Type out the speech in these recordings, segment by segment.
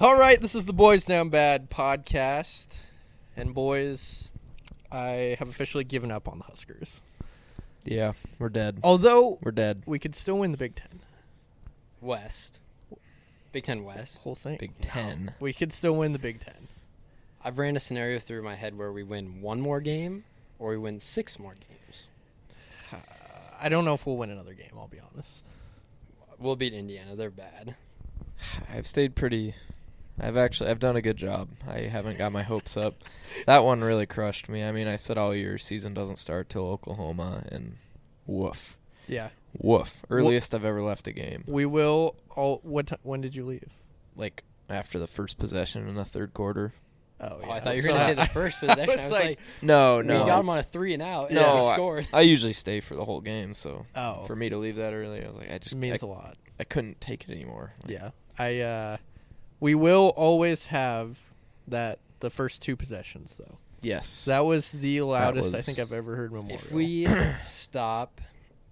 All right, this is the Boys Down Bad podcast. And boys, I have officially given up on the Huskers. Yeah, we're dead. Although We're dead. we could still win the Big 10 West. Big Ten West. whole thing. Big Ten. We could still win the Big 10. I've ran a scenario through my head where we win one more game or we win six more games. I don't know if we'll win another game, I'll be honest. We'll beat Indiana. They're bad. I've stayed pretty. I've actually I've done a good job. I haven't got my hopes up. That one really crushed me. I mean, I said all year season doesn't start till Oklahoma, and woof, Yeah. woof. Earliest I've ever left a game, We will all what t- when did you leave? like after the first possession in the third quarter. Oh, Oh, I thought you were going to say the first I possession. I was was, like, like, No, we no. got them on a three and out. And no, we I- scored. I, usually stay for the whole game, so Oh. for me to leave that early, I was like, I just It means I, a lot. I couldn't take it anymore. Like, Yeah. I uh we will always have that the first two possessions though. Yes, That was the loudest I think was- I've ever heard Memorial. If we stop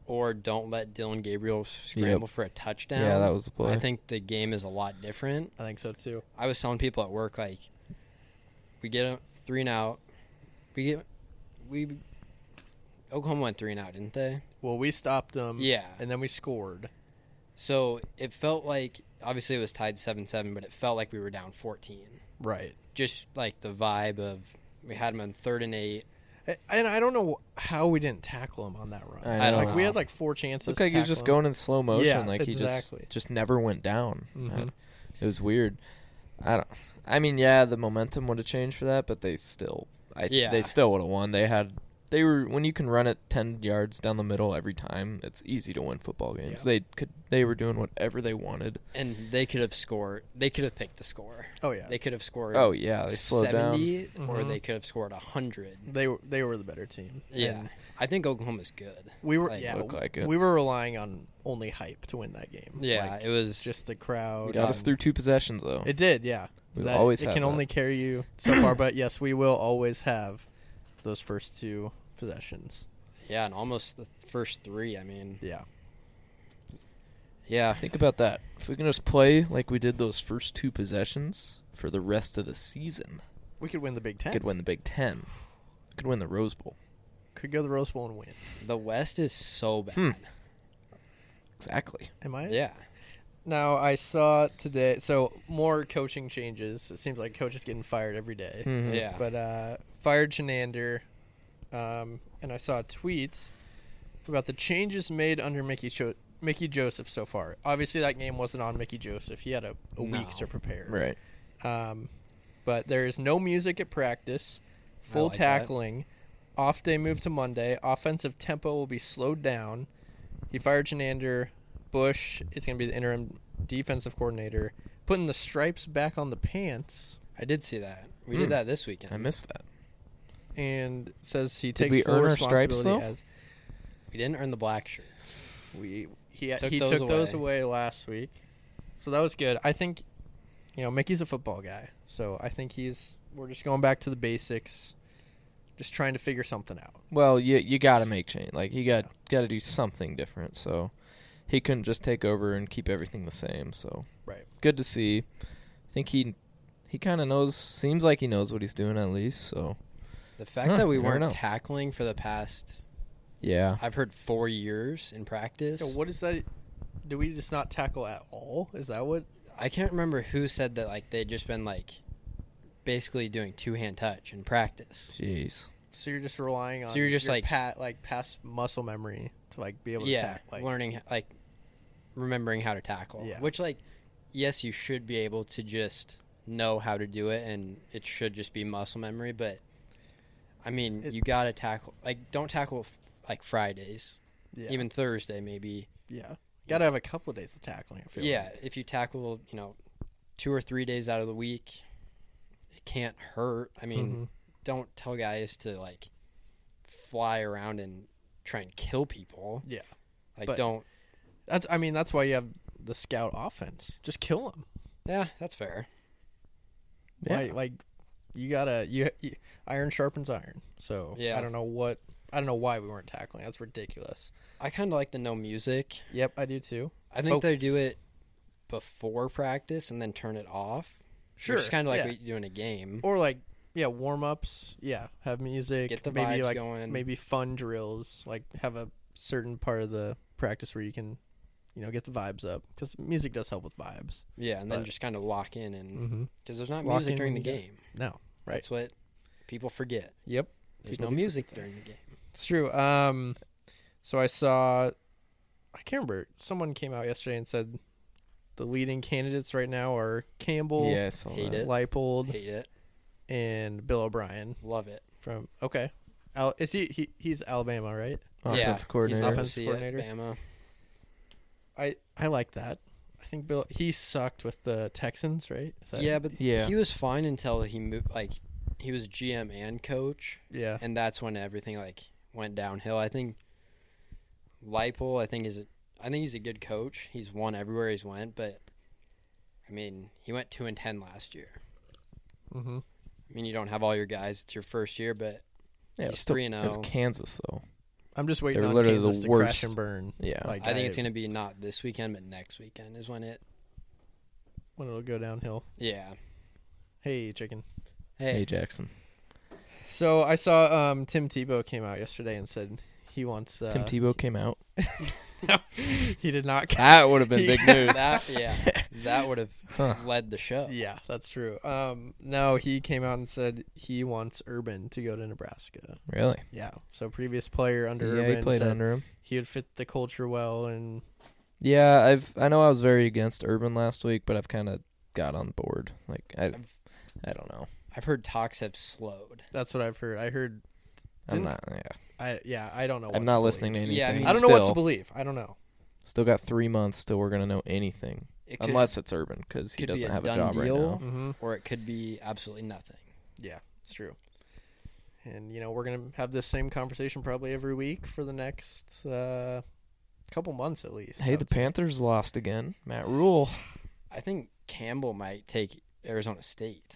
or don't let Dylan Gabriel scramble for a touchdown, Yeah, that was the play. I think the game is a lot different. I think so too. I was telling people at work like, we get a three and out. We get we Oklahoma went three and out, didn't they? Well, we stopped them. Yeah. And then we scored. So it felt like obviously it was tied seven seven, but it felt like we were down fourteen. Right. Just like the vibe of we had them on third and eight. And I don't know how we didn't tackle him on that run. I I don't like know. we had like four chances. Looked like he was to just tackle him. going in slow motion. Yeah, like he exactly. just just never went down. Mhm. Uh, It was weird. I don't. I mean, yeah, the momentum would have changed for that, but they still, I Yeah. they still would have won. They had. They were when you can run it ten yards down the middle every time. It's easy to win football games. They could. They were doing whatever they wanted. And they could have scored. They could have picked the score. Oh yeah. They They could have scored. Oh yeah, they slowed down. seventy, or Mhm. they could have scored hundred. they were, they were the better team. Yeah, And I think Oklahoma's good. we were Like, yeah. looked like it. We were relying on only hype to win that game. Yeah, Like, it was just just the crowd. Got us Um, through two possessions though. It did. Yeah. We've always it had can that. only carry you so far, but yes, we will always have those first two possessions. yeah, and almost the first three. I mean, Yeah. yeah, Think about that. If we can just play like we did those first two possessions for the rest of the season, We could win the Big Ten. we could win the Big Ten. We could win the Rose Bowl. Could go to the Rose Bowl and win. the West is so bad. Hmm. Exactly. Am I? Yeah, Now I saw today. So more coaching changes. It seems like coaches getting fired every day. yeah. But uh, fired Chenander, um, and I saw a tweet about the changes made under Mickey Cho- Mickey Joseph so far. Obviously, that game wasn't on Mickey Joseph. He had a, a No. week to prepare. Right. Um, but there is no music at practice, full like that. tackling, off day move to Monday, offensive tempo will be slowed down. He fired Janander. Bush is going to be the interim defensive coordinator, putting the stripes back on the pants, I did see that. We Hmm. did that this weekend. I missed that. and says he takes we full earn our responsibility stripes, though? as we didn't earn the black shirts. we he Took he those took those away last week, so that was good. I think, you know, Mickey's a football guy, so I think he's we're just going back to the basics, just trying to figure something out. Well, you you got to make change. Like you got got to do something different. So he couldn't just take over and keep everything the same. So Right. good to see. I think he he kind of knows. Seems like he knows what he's doing at least. So The fact Huh, that we you never weren't know. tackling for the past, yeah. I've heard four years in practice. So what is that? Do we just not tackle at all? Is that what? I can't remember who said that. Like they'd just been like, basically doing two hand touch in practice. Jeez. So you're just relying on So you're just, your like- pat like past muscle memory to like be able to yeah, tack, like learning like remembering how to tackle. Yeah. Which like, yes, you should be able to just know how to do it, and it should just be muscle memory. But I mean, It- you gotta tackle. Like, don't tackle like Fridays, yeah, even Thursday maybe. yeah. Got to have a couple of days of tackling. I feel like. Yeah, if you tackle, you know, two or three days out of the week. It can't hurt. I mean, Mhm. don't tell guys to like fly around and try and kill people. Yeah. Like, But- don't. That's I mean that's why you have the scout offense. Just kill them. Yeah, that's fair. Like, like you gotta you, you iron sharpens iron. So Yeah. I don't know what I don't know why we weren't tackling. That's ridiculous. I kind of like the no music. Yep, I do too. I think they Focus. do it before practice and then turn it off. Sure, Which is kind of like yeah. what you do in a game. Or like yeah, warm ups. Yeah, have music. Get the maybe vibes like going. maybe fun drills. Like have a certain part of the practice where you can, you know, get the vibes up because music does help with vibes. yeah, and then but- just kind of lock in and Mm-hmm. because there's not Lock music in during the when you get- game. No, right? That's what people forget. yep. There's People no do music during the game. It's true. Um, so I saw, I can't remember. Someone came out yesterday and said the leading candidates right now are Campbell, yeah, I saw hate that. it. Leipold, Hate it. and Bill O'Brien Love it. from. Okay, Al, is he, he? He's Alabama, right? yeah, Offense he's coordinator. up to Offense see it, coordinator. Bama. I I like that. I think Bill he sucked with the Texans, right? Is that- Yeah, but Yeah. he was fine until he moved. Like he was GM and coach. yeah, and that's when everything like went downhill. I think Leipold, I think is I think he's a good coach. He's won everywhere he's went, but I mean, he went two and ten last year. hmm I mean, you don't have all your guys. It's your first year, but Yeah, it He's was still- 3-0. It was Kansas though. I'm just waiting They're on literally the Kansas to crash worst. and burn. Yeah. Like I think it's gonna be not this weekend, but next weekend is when it. when it'll go downhill. Yeah. Hey, chicken. Hey, Jackson. So I saw um, Tim Tebow came out yesterday and said he wants uh, Tim Tebow came out. he did not That would have been big big news. that yeah, that would have Huh. led the Ah. show. Yeah, that's true. Um, no, he came out and said he wants Urban to go to Nebraska. Really? Yeah. So previous player under yeah, Urban he played said under him. he would fit the culture well, and Yeah, I've I know I was very against Urban last week, but I've kind of got on board. Like I, I've- I don't know. I've heard talks have slowed. that's what I've heard. I heard. I'm Didn't- not. Yeah, I yeah. I don't know. I'm what not to listening to believe. anything. Yeah, I mean, I don't still, know what to believe. I don't know. Still got three months till we're gonna know anything, It could, unless it's Urban because he could be doesn't a have a done job right deal. now. Mm-hmm. or it could be absolutely nothing. Yeah, it's true. And you know we're gonna have this same conversation probably every week for the next uh, couple months at least. Hey, I the would say. Panthers lost again. Matt Rule. I think Campbell might take Arizona State.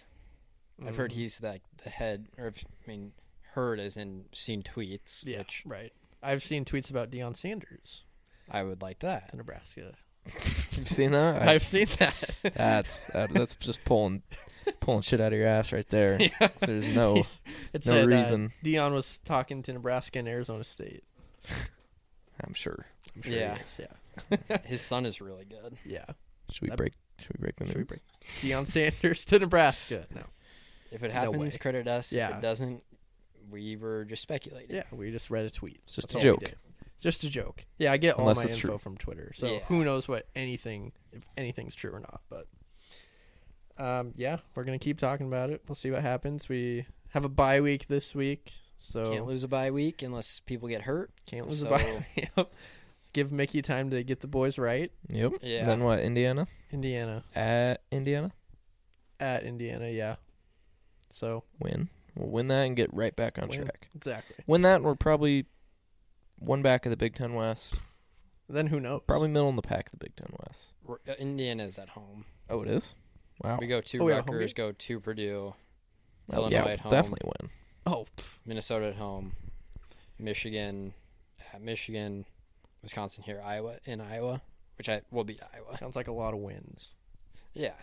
I've heard Mhm. he's like the head, or I mean, heard as in seen tweets, Yeah, which right. I've seen tweets about Deion Sanders I would like that. to Nebraska. You've seen that? I- I've seen that. that's uh, that's just pulling pulling shit out of your ass right there. 'Cause There's no He's- it Oh, no said, uh, reason. Dion was talking to Nebraska and Arizona State. I'm sure. I'm sure he Yeah. is, yeah, His son is really good. yeah. Should we That- break? Should we break the news? Should we break? Deion Sanders to Nebraska. No, If it No happens, way. credit us. If Yeah. it doesn't, we were just speculating. yeah, we just read a tweet. It's just That's a all we joke. did. It's Just a joke. Yeah, I get all Unless my it's info true. from Twitter, so Yeah. who knows what anything if anything's true or not. But um, yeah, we're gonna keep talking about it. We'll see what happens. We have a bye week this week, so Can't lose a bye week unless people get hurt. can't lose so, a bye. Yep. Give Mickey time to get the boys right. Yep. Yeah. Then what? Indiana Indiana at Indiana. at Indiana, yeah. So Win. We'll win that and get right back on Win. track. exactly. Win that, and we're probably one back of the Big Ten West. Then who knows? Probably middle in the pack of the Big Ten West. R- uh, Indiana's at home. Oh, it is. Wow. We go to Oh, we have a home Rutgers, go to Purdue, Oh, Illinois yeah, at we'll home. definitely win. Oh, pff, Minnesota at home, Michigan at Michigan, Wisconsin here, Iowa in Iowa, which I will beat Iowa. sounds like a lot of wins. Yeah.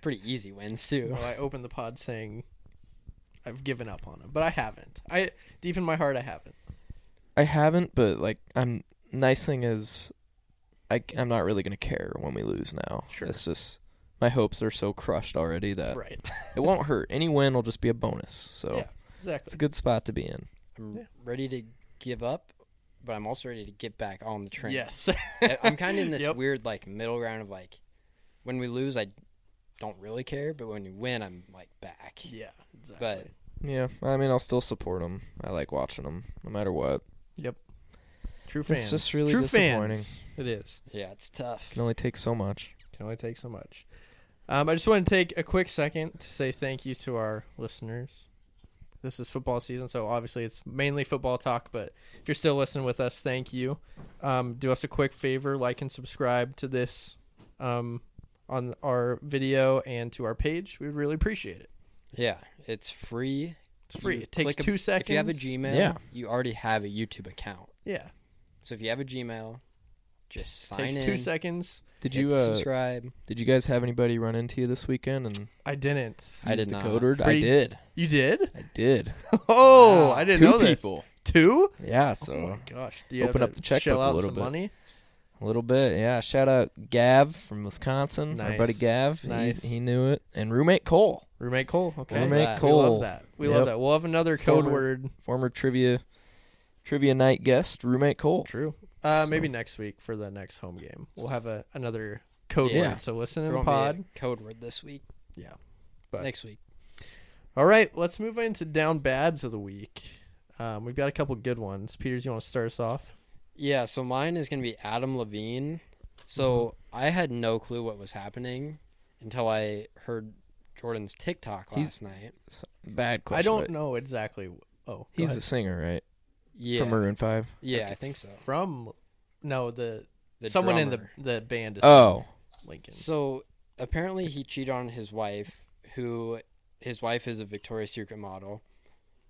Pretty easy wins too. Well, I opened the pod saying I've given up on him, but I haven't. I deep in my heart, I haven't. I haven't, but like, I'm. Nice thing is, I am not really gonna care when we lose now. Sure. It's just my hopes are so crushed already that right? it won't hurt. Any win will just be a bonus. So Yeah. it's a Exactly. good spot to be in. I'm Yeah. ready to give up, but I'm also ready to get back on the train. Yes. I- I'm kind of in this Yep. weird like middle ground of like when we lose I don't really care, but when you win I'm like back. yeah. Exactly. But Yeah. I mean, I'll still support them. I like watching them, no matter what. True fans. It's just really True disappointing. Fans. It is. yeah, it's tough. Can only take so much. Can only take so much. Um, I just want to take a quick second to say thank you to our listeners. This is football season, so obviously it's mainly football talk. But if you're still listening with us, thank you. Um, do us a quick favor: like and subscribe to this um, on our video and to our page. We'd really appreciate it. Yeah, it's free. It's free. You It takes click a- two seconds. If you have a Gmail, Yeah. you already have a YouTube account. yeah, So if you have a Gmail, just sign takes in. two seconds. Did hit you uh, subscribe? did you guys have anybody run into you this weekend and I didn't. I use did the not. code word? It's I pretty- did. You did? I did. Oh, I didn't Two know this. people. Two? Yeah, Oh my so gosh! Do you Open have up to the checkbook shell a out little some bit. money? a little bit. Yeah, shout out Gav from Wisconsin. Our Nice. buddy Gav. He- Nice. He, knew it. And roommate Cole, Roommate Cole. Okay. Love Roommate that. We Cole. love that. We Yep. love that. We'll have another code Former- word. former trivia trivia night guest, roommate Cole. True. Uh, So- Maybe next week for the next home game, we'll have a, another code Yeah. word. So listen There in the won't be a pod. code word this week. Yeah. But- Next week. All right, let's move into down bads of the week. Um, we've got a couple good ones. Peters, you want to start us off? Yeah, so mine is going to be Adam Levine. So Mm-hmm. I had no clue what was happening until I heard Jordan's TikTok last He's- night. Bad question. I don't but know exactly. Oh, go He's ahead. a singer, right? Yeah. From Maroon 5. yeah, I think so. from no the, The someone drummer. in the the band is Oh, Lincoln. So apparently he cheated on his wife, who his wife is a Victoria's Secret model.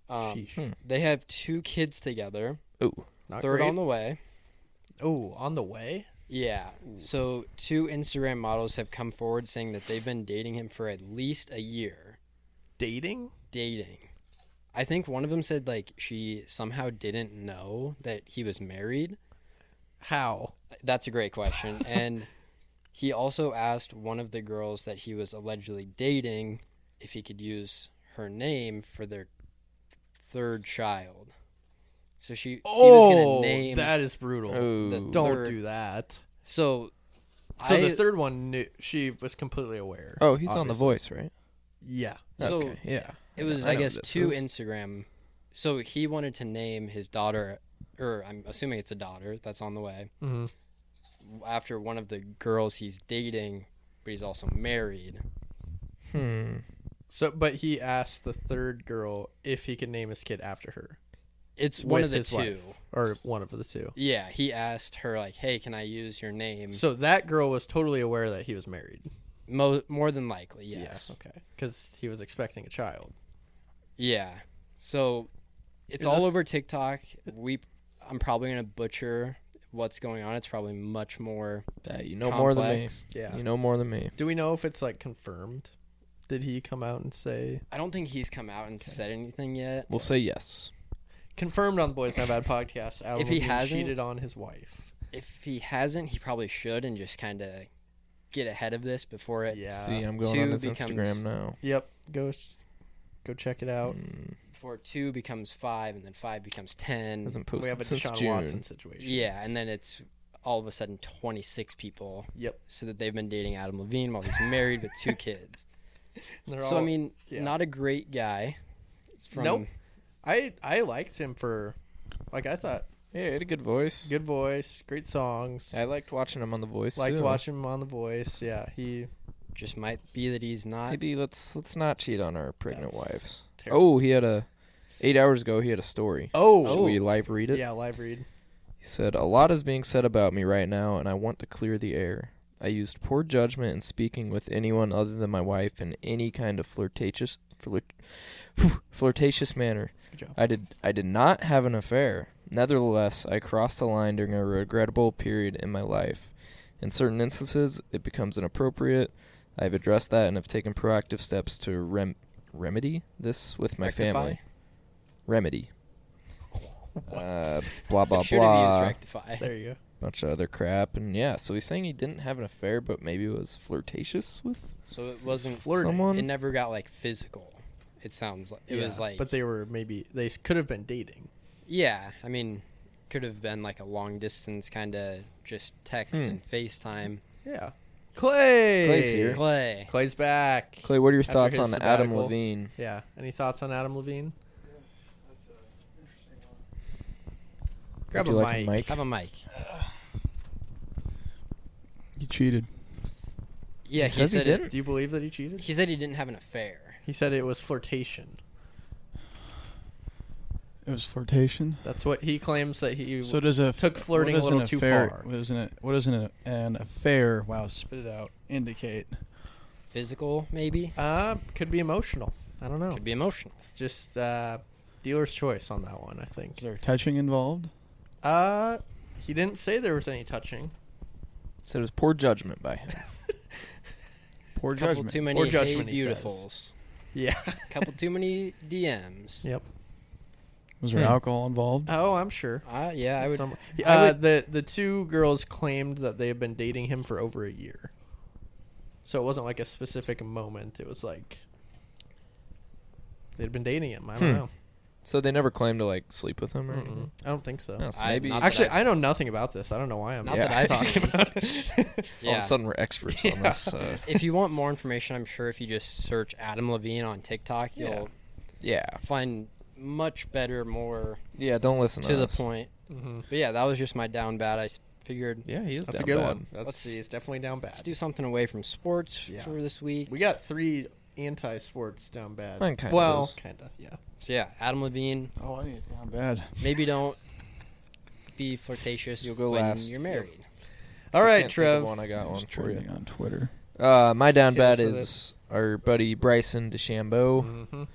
Um, Sheesh. they have two kids together, ooh. Not third great. on the way. oh on the way. Yeah. So two Instagram models have come forward saying that they've been dating him for at least a year. Dating? Dating. I think one of them said like she somehow didn't know that he was married. How? That's a great question. and he also asked one of the girls that he was allegedly dating if he could use her name for their third child. So she he was Oh, gonna name that is brutal. Ooh. Don't third- do that. so So I, the third one, knew, she was completely aware. Oh, he's on The obviously. Voice, right? Yeah. so okay, yeah. It was, I I, know guess, who this two is. Instagram. So he wanted to name his daughter, or I'm assuming it's a daughter that's on the way, Mhm. after one of the girls he's dating, but he's also married. Hmm. So, but he asked the third girl if he could name his kid after her, It's one With of the his two. Mm-hmm. wife. or one of the two. Yeah, he asked her like, "Hey, can I use your name?" So that girl was totally aware that he was married. Mo- more than likely, yes. Okay. Because he was expecting a child. Yeah. So it's Is all this- over TikTok. We, I'm probably gonna butcher what's going on. It's probably much more. Yeah, you know more than me. Complex. Yeah. You know more than me. Do we know if it's like confirmed? Did he come out and say I don't think he's come out and said anything yet. We'll say yes. confirmed on the Boys Not Bad podcast? Alan If he Levine hasn't- cheated on his wife. if he hasn't, he probably should and just kind of get ahead of this before it Yeah. See, I'm going two on his becomes- Instagram now. Yep. Go, go check it out. Mm. before two becomes five and then five becomes ten. Hasn't We have posted a since Deshaun June. Watson situation. Yeah, and then it's all of a sudden twenty six people Yep. so that they've been dating Adam Levine while he's married with two kids. They're So I all- mean, yeah. not a great guy. It's From, Nope. I I liked him for, like I thought, Yeah, he had a good voice. good voice, great songs. I liked watching him on The Voice. liked too. watching him on The Voice. Yeah, he Just might be that he's not. Maybe let's let's not cheat on our pregnant That's wives. terrible. Oh, he had a eight hours ago. He had a story. Oh, Should we live read it? yeah, live read. He said, "A lot is being said about me right now, and I want to clear the air. I used poor judgment in speaking with anyone other than my wife in any kind of flirtatious flirt, flirtatious manner. Good job. I did I did not have an affair. Nevertheless, I crossed the line during a regrettable period in my life. In certain instances, it becomes inappropriate. I have addressed that and have taken proactive steps to rem- remedy this with my Rectify? family. Remedy. Uh, blah blah Should have used blah. rectify. There you go. Bunch of other crap and yeah. So he's saying he didn't have an affair, but maybe was flirtatious with So it wasn't. Flirting. someone. It never got like physical. It sounds like it Yeah, was like. but they were maybe they could have been dating. Yeah, I mean, could have been like a long distance kind of just text Hmm. and FaceTime. Yeah, Clay. Clay's here. Clay, Clay's back. Clay, what are your After thoughts his on Adam sabbatical. Levine? Yeah. Any thoughts on Adam Levine? That's an interesting one. Grab Would you a like a mic. mic? have a mic. You cheated. Yeah, he, says he said didn't? It, Do you believe that he cheated? he said he didn't have an affair. He said it was flirtation. It was flirtation. That's what he claims that he. So does a took what flirting a does an little too affair- far. What does an what does an, an affair? Wow, spit it out. Indicate. Physical, maybe. uh, could be emotional. I don't know. Could be emotional. Just uh, dealer's choice on that one, I think. Is there touching involved? Uh, he didn't say there was any touching Said it was poor judgment by him. Poor Couple judgment. too many Or hey judgment, he says. beautifuls. Yeah. Couple too many DMs. yep. Was there Hmm. alcohol involved? Oh, I'm sure. Uh, yeah, I would. Some- I uh, would- the the two girls claimed that they had been dating him for over a year. So it wasn't like a specific moment. It was like they'd been dating him. I don't Hmm. know. So they never claimed to like sleep with him or Mm-mm. anything. I don't think so. No, so I- maybe not that Actually, I've I know nothing about this. I don't know why I'm Not Yeah. that I've talking seen. about it. Yeah. all of a sudden we're experts on this. Uh, if you want more information, I'm sure if you just search Adam Levine on TikTok, Yeah. you'll yeah, find much better, more yeah. Don't listen to, to the us. point. Mhm. But yeah, that was just my down bad. I s- figured Yeah, he is That's a down good bad. one. That's Let's- see, it's definitely down let's bad. do something away from sports Yeah. for this week. we got three anti-sports down bad. Mine kinda well, is. kinda, yeah. So yeah, Adam Levine, Oh, I need it down bad. maybe don't be flirtatious You'll go when last. you're married. All I right, can't think of Trev. One I got It one was for you. trending on Twitter. Uh, my down Hit us bad with is our buddy Bryson DeChambeau. Mhm.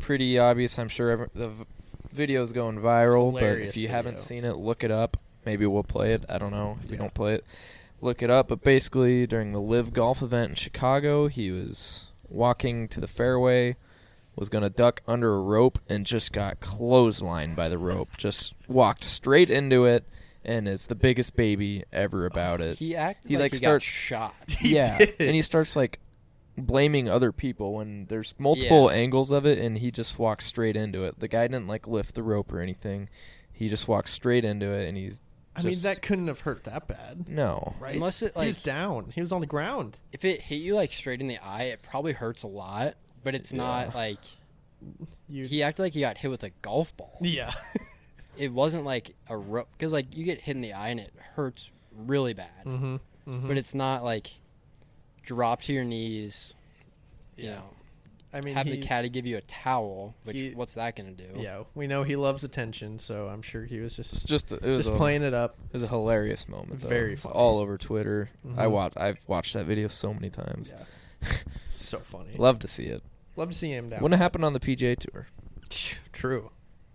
Pretty obvious, I'm sure. Every, the v- video's going viral, but Hilarious if you haven't video. seen it, look it up. Maybe we'll play it. I don't know if we Yeah. don't play it. Look it up. But basically, during the Live Golf event in Chicago, he was walking to the fairway, was gonna duck under a rope, and just got clotheslined by the rope. Just walked straight into it, and is the biggest baby ever about it He acted He, like, like, he starts- got shot. yeah did. and he starts like blaming other people when there's multiple Yeah. angles of it and he just walks straight into it the guy didn't like lift the rope or anything he just walks straight into it and he's I mean, just- that couldn't have hurt that bad, no right? Unless it, he was like- down, he was on the ground. If it hit you like straight in the eye, it probably hurts a lot, but it's not like You, he acted like he got hit with a golf ball. yeah, It wasn't like a rope because like you get hit in the eye and it hurts really bad, mm-hmm. but it's not like drop to your knees. You Yeah. know, I mean, have he, the caddy give you a towel. Which he- what's that gonna do? Yeah, we know he loves attention, so I'm sure he was it's just just it was just a, playing it up. it was a hilarious moment though. Very It's funny. all over twitter i Mhm. watched i've watched that video so many times Yeah, so funny. love to see it Love to see him down. wouldn't happen on the pga tour True,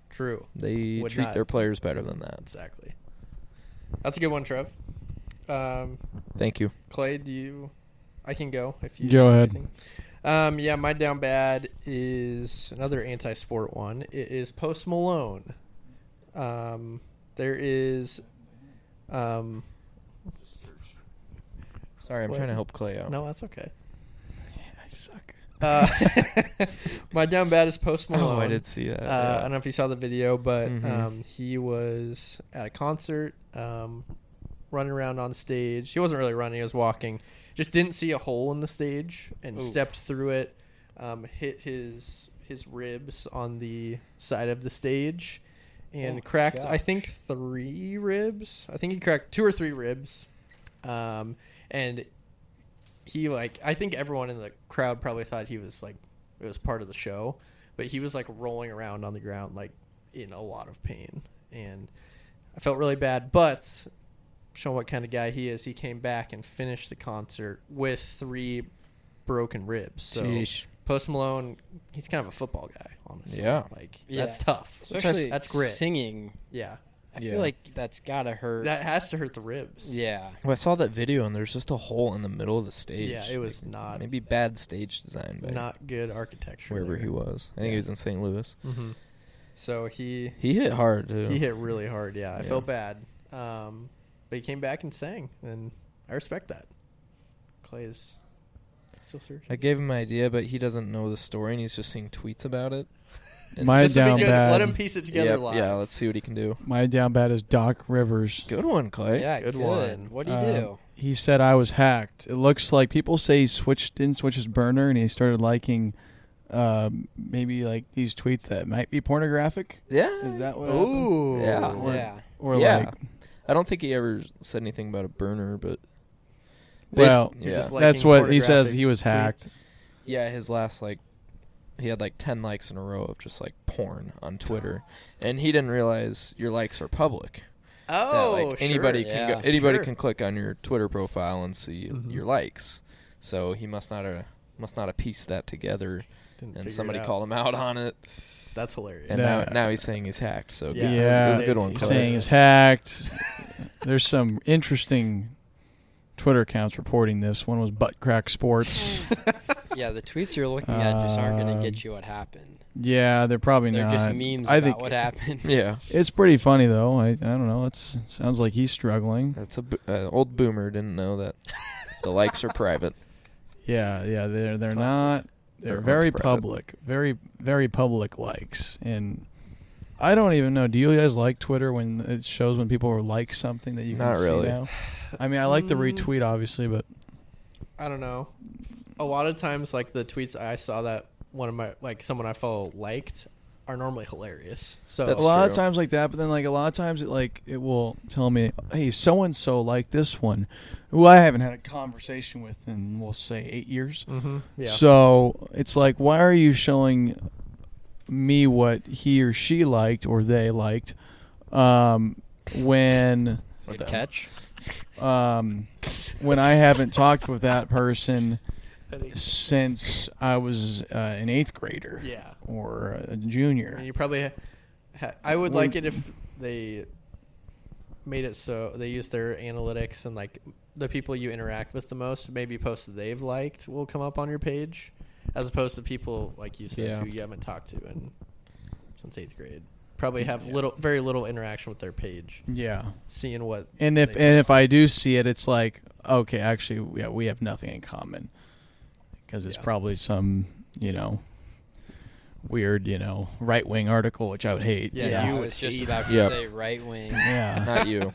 true, they Would treat not. their players better than that exactly. That's a good one, Trev. Um, thank you Clay, do you? I can go if you Go have ahead. anything. Um, yeah, my down bad is another anti-sport one. It is Post Malone. Um, there is, um, sorry i'm What? trying to help clay out no, that's okay. I suck. Uh, my down bad is Post Malone. oh i did see that Uh, I yeah. don't know if you saw the video, but Mm-hmm. Mhm. um, he was at a concert, um, running around on stage. He wasn't really running; he was walking. Just didn't see a hole in the stage and Oof. stepped through it. Um, hit his his ribs on the side of the stage, Oh and my cracked. I gosh. think three ribs. I think he cracked two or three ribs, um, and he like I think everyone in the crowd probably thought he was like it was part of the show, but he was like rolling around on the ground like in a lot of pain, and I felt really bad. But showing what kind of guy he is, he came back and finished the concert with three broken ribs. So Sheesh. Post Malone, he's kind of a football guy, honestly. Yeah. like Yeah. that's tough. especially that's grit. singing. Yeah, I Yeah. feel like that's gotta hurt. that has to hurt the ribs. yeah, Well, I saw that video and there's just a hole in the middle of the stage. Yeah, it was not- maybe bad stage design by not good architecture. wherever he Mm-hmm. was. I think he was in St. Louis. hmm So he He hit hard too. He hit really hard. Yeah, I Yeah. felt bad. Um, but he came back and sang, and I respect that. Clay is still searching. I gave him an idea, but he doesn't know the story and he's just seeing tweets about it. And My This will down be good. bad. Let him piece it together Yep, live. Yeah, let's see what he can do. My down bad is Doc Rivers. Good one, Clay. yeah, good good, one. one. What do you Um, do? He said I was hacked. It looks like people say he switched didn't switch his burner and he started liking uh, maybe like these tweets that might be pornographic. Yeah. Is that what? happened? Ooh. Yeah. Or, yeah, Or Yeah. like I don't think he ever said anything about a burner, but Well, You're just Yeah. that's liking what he says. pornographic He was hacked. tweets. Yeah, his last like he had like 10 likes in a row of just like porn on Twitter and he didn't realize your likes are public. That, Oh, like anybody sure. can yeah, Mm-hmm. go, anybody sure. can click on your Twitter profile and see your likes. So he must not have must not have pieced that together Didn't figure and it somebody out. called him out on it. That's hilarious. And now Nah. now he's saying he's hacked. So Yeah, good- Yeah, it was a good one. he's Cody. saying is hacked. There's some interesting Twitter accounts reporting this. One was Butt Crack Sports. Yeah, the tweets you're looking at just aren't going Um, to get you what happened. yeah, they're probably They're not. just memes I about think what happened. yeah, it's pretty funny though. I I don't know. It's sounds like he's struggling. that's a bo- uh, old boomer didn't know that the likes are private. Yeah, yeah, they're they're classic. not they're, They're very unprivate. public, very very public likes, and I don't even know. Do you guys like Twitter when it shows when people like something that you can Not see really. now? I mean, I like the Mm. retweet obviously, but I don't know. A lot of times, like the tweets I saw that one of my like someone I follow liked are normally hilarious. So That's a lot of true. times like that. But then like a lot of times it like it will tell me, hey, so and so liked this one, who I haven't had a conversation with in we'll say eight years. Mhm, yeah, So it's like, why are you showing me what he or she liked or they liked um, when Good catch. um, when I haven't talked with that person since I was uh, an eighth grader yeah. or a I junior? mean, you probably. Ha- ha- I would Well- like it if they made it so they use their analytics and like the people you interact with the most, maybe posts that they've liked will come up on your page, as opposed to people like you said Yeah. who you haven't talked to in since eighth grade. Probably have little, very little interaction with their page, Yeah. seeing what And if they and if I do see it, it's like okay, actually, yeah, we have nothing in common because it's Yeah. probably some you know weird you know right wing article, which I would hate. Yeah, Yeah, you I would was just hate about to Yep. say right wing, yeah, Not you.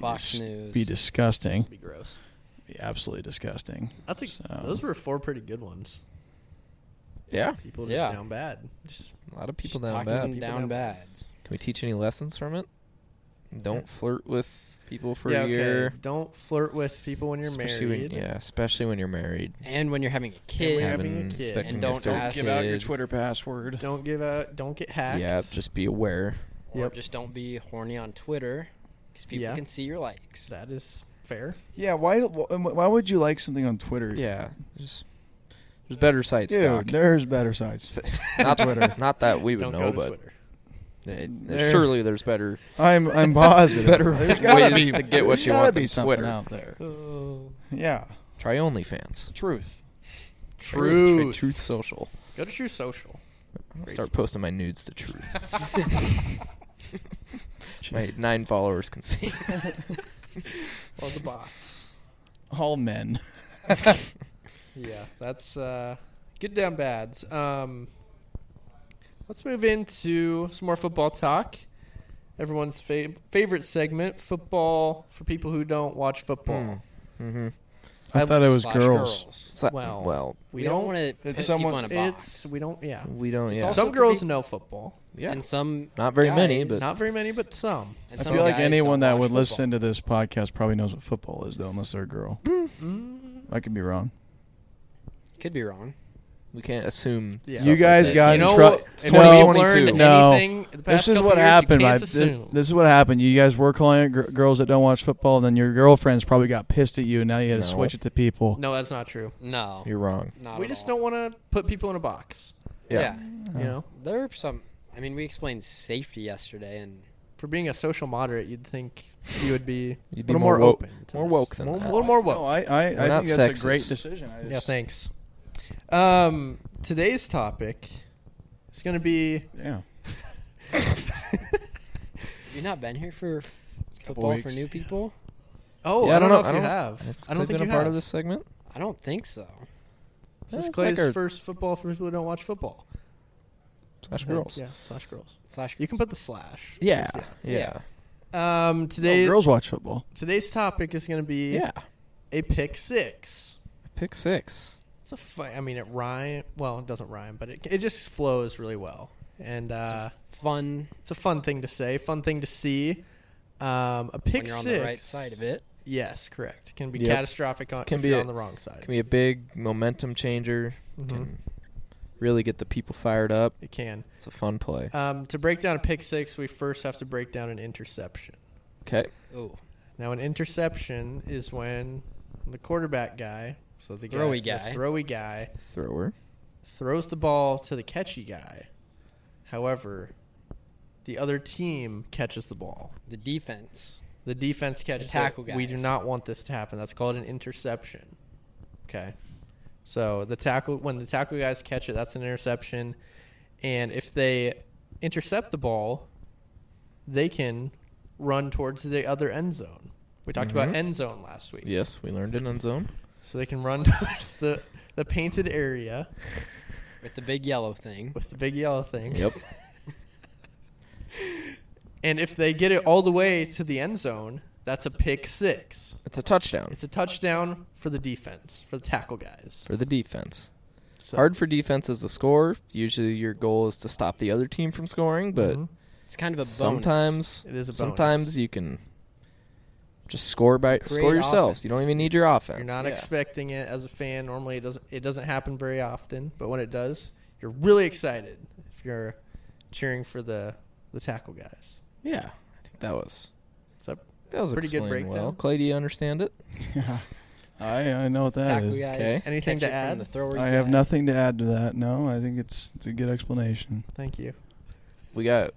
Fox Just News. be disgusting, be gross. be absolutely disgusting. I think So- those were four pretty good ones. Yeah, People just Yeah. down bad. Just a lot of people She's down talking bad. them People down down bad. Can we teach any lessons from it? Don't flirt with people for yeah, a okay. year. Don't flirt with people when you're especially married. When, yeah, especially when you're married. And when you're having a when kid, you're having a Having- kid. expecting And your don't third ask- Give kid. password. Don't give out. Don't get hacked. Yeah, just be aware. or Yep. just don't be horny on Twitter because people Yeah. can see your likes. that is fair. Yeah, why um, why would you like something on Twitter? Yeah, just there's better sites. Doc. there's better sides. not Twitter. Not that we would don't know, go to but Twitter. it- There- surely there's better I'm I'm positive. better ways to get what you want than Twitter. there. Oh. Yeah, Try OnlyFans. truth. Try Truth. Truth Social. Go to True Social. I'll Great start spot. posting my nudes to Truth. my nine followers can see. All the bots. All men. Yeah, that's uh, good down bads. Um, let's move into some more football talk. Everyone's fav- favorite segment, football for people who don't watch football. Mm-hmm. I, I thought it was Slash girls. So, Well, well, well, We, don't, want to put someone- people in a box. It's we don't. Yeah, we don't. Yeah, also- some for girls peop- know football. yeah. And some Not very many, but- guys- Not very many, but some. and I some feel like guys don't anyone that watch would football. listen to this podcast probably knows what football is, though, unless they're a girl. Mm. I could be wrong. could be wrong. we can't assume. Yeah. stuff you like guys that. got You in know trouble. what? It's If we've 2022. learned No. anything the past This is couple what years, you happened. can't Mike. This, assume. this is what happened. You guys were calling it gr- girls that don't watch football, and then your girlfriends probably got pissed at you, and now you had to No. switch it to people. No, that's not true. No, You're wrong. not we at just all. don't want to put people in a box. Yeah. You know, there are some. I mean, we explained safety yesterday, and for being a social moderate, you'd think you would be, You'd be a little more more, woke- open, to more this. woke than Mo- that. A little more woke. No, Oh, I, I, I think not that's a great sexist. decision. I just, Yeah, thanks. Um, today's topic is going to be yeah. have you not been here for football for weeks. new people? oh, Yeah, I don't know, if I you don't- have. Has I don't Clay think been you a part have. of this segment. I don't think so. This is It's like Clay's our- first football for people who don't watch football. Slash girls. yeah, slash girls. Slash, You can put the slash. Yeah. Yeah. Yeah. Um, today, No, Oh, girls watch football. today's topic is going to be Yeah. a pick six. Pick six. It's a fu- I mean, it rhyme. Well, it doesn't rhyme, but it, it just flows really well, and uh, fun it's a fun thing to say, fun thing to see. Um, a pick when you're on six. the right side of it. Yes, correct. Can be Yep. catastrophic on, Can if be you're a- on the wrong side. Can be a big momentum changer. Mhm. Can really get the people fired up. it can. It's a fun play. Um, to break down a pick six, we first have to break down an interception. Okay. Oh, Now, an interception is when the quarterback guy, so the Throwy guy, guy. the throwy guy, Thrower. throws the ball to the catchy guy. However, the other team catches the ball. the defense. The defense catches The tackle it. We do guys. not want this to happen. That's called an interception. Okay. So the tackle when the tackle guys catch it, that's an interception. And if they intercept the ball, they can run towards the other end zone. We talked about Mm-hmm. Mhm. end zone last week. Yes, we learned it on zone. So they can run towards the, the painted area With the big yellow thing. with the big yellow thing. Yep. And if they get it all the way to the end zone, that's a pick six. It's a touchdown It's a touchdown for the defense, for the tackle guys. for the defense. So, Hard for defenses to score. Usually, your goal is to stop the other team from scoring, but Mhm. It's kind of a bonus. sometimes It is a bonus. sometimes you can just score by score Create yourselves. You don't offense. even need your offense. you're not Yeah. expecting it as a fan. Normally, it doesn't it doesn't happen very often, but when it does, you're really excited if you're cheering for the the tackle guys. Yeah, I think that was So that was Pretty pretty good good breakdown. Well. breakdown. Clay, do you understand it? I I know what that Tackle is. guys. Okay. Anything catch to it from add? The thrower I have guy. nothing to add to that. No, I think it's it's a good explanation. thank you. We got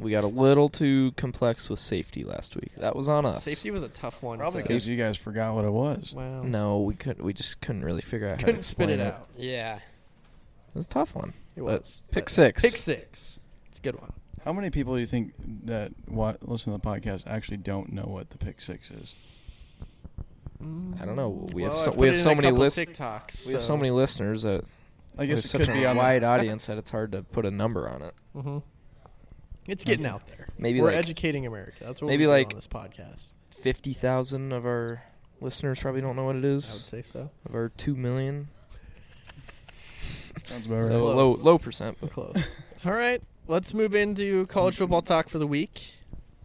we got a little too complex with safety last week. That was on us. Safety was a tough one. Probably to, because you guys forgot what it was. wow. No, we couldn't. We just couldn't really figure out. how to couldn't spit explain it out. Yeah. It was a tough one. It But was Pick six. Pick six. It's a good one. How many people do you think that what listen to the podcast actually don't know what the pick six is? I don't know. We have Well, I so, put we it have in so a many couple list. TikToks. We have so many listeners that I guess we have it could such be a on wide audience that it's hard to put a number on it. hmm It's getting out there. Maybe we're like- educating America. That's what maybe we do like- on this podcast. Fifty thousand of our listeners probably don't know what it I would is. say so. Of our two million, The, sounds about so right. Close. low low percent. We're But close. All right, let's move into college football talk for the week.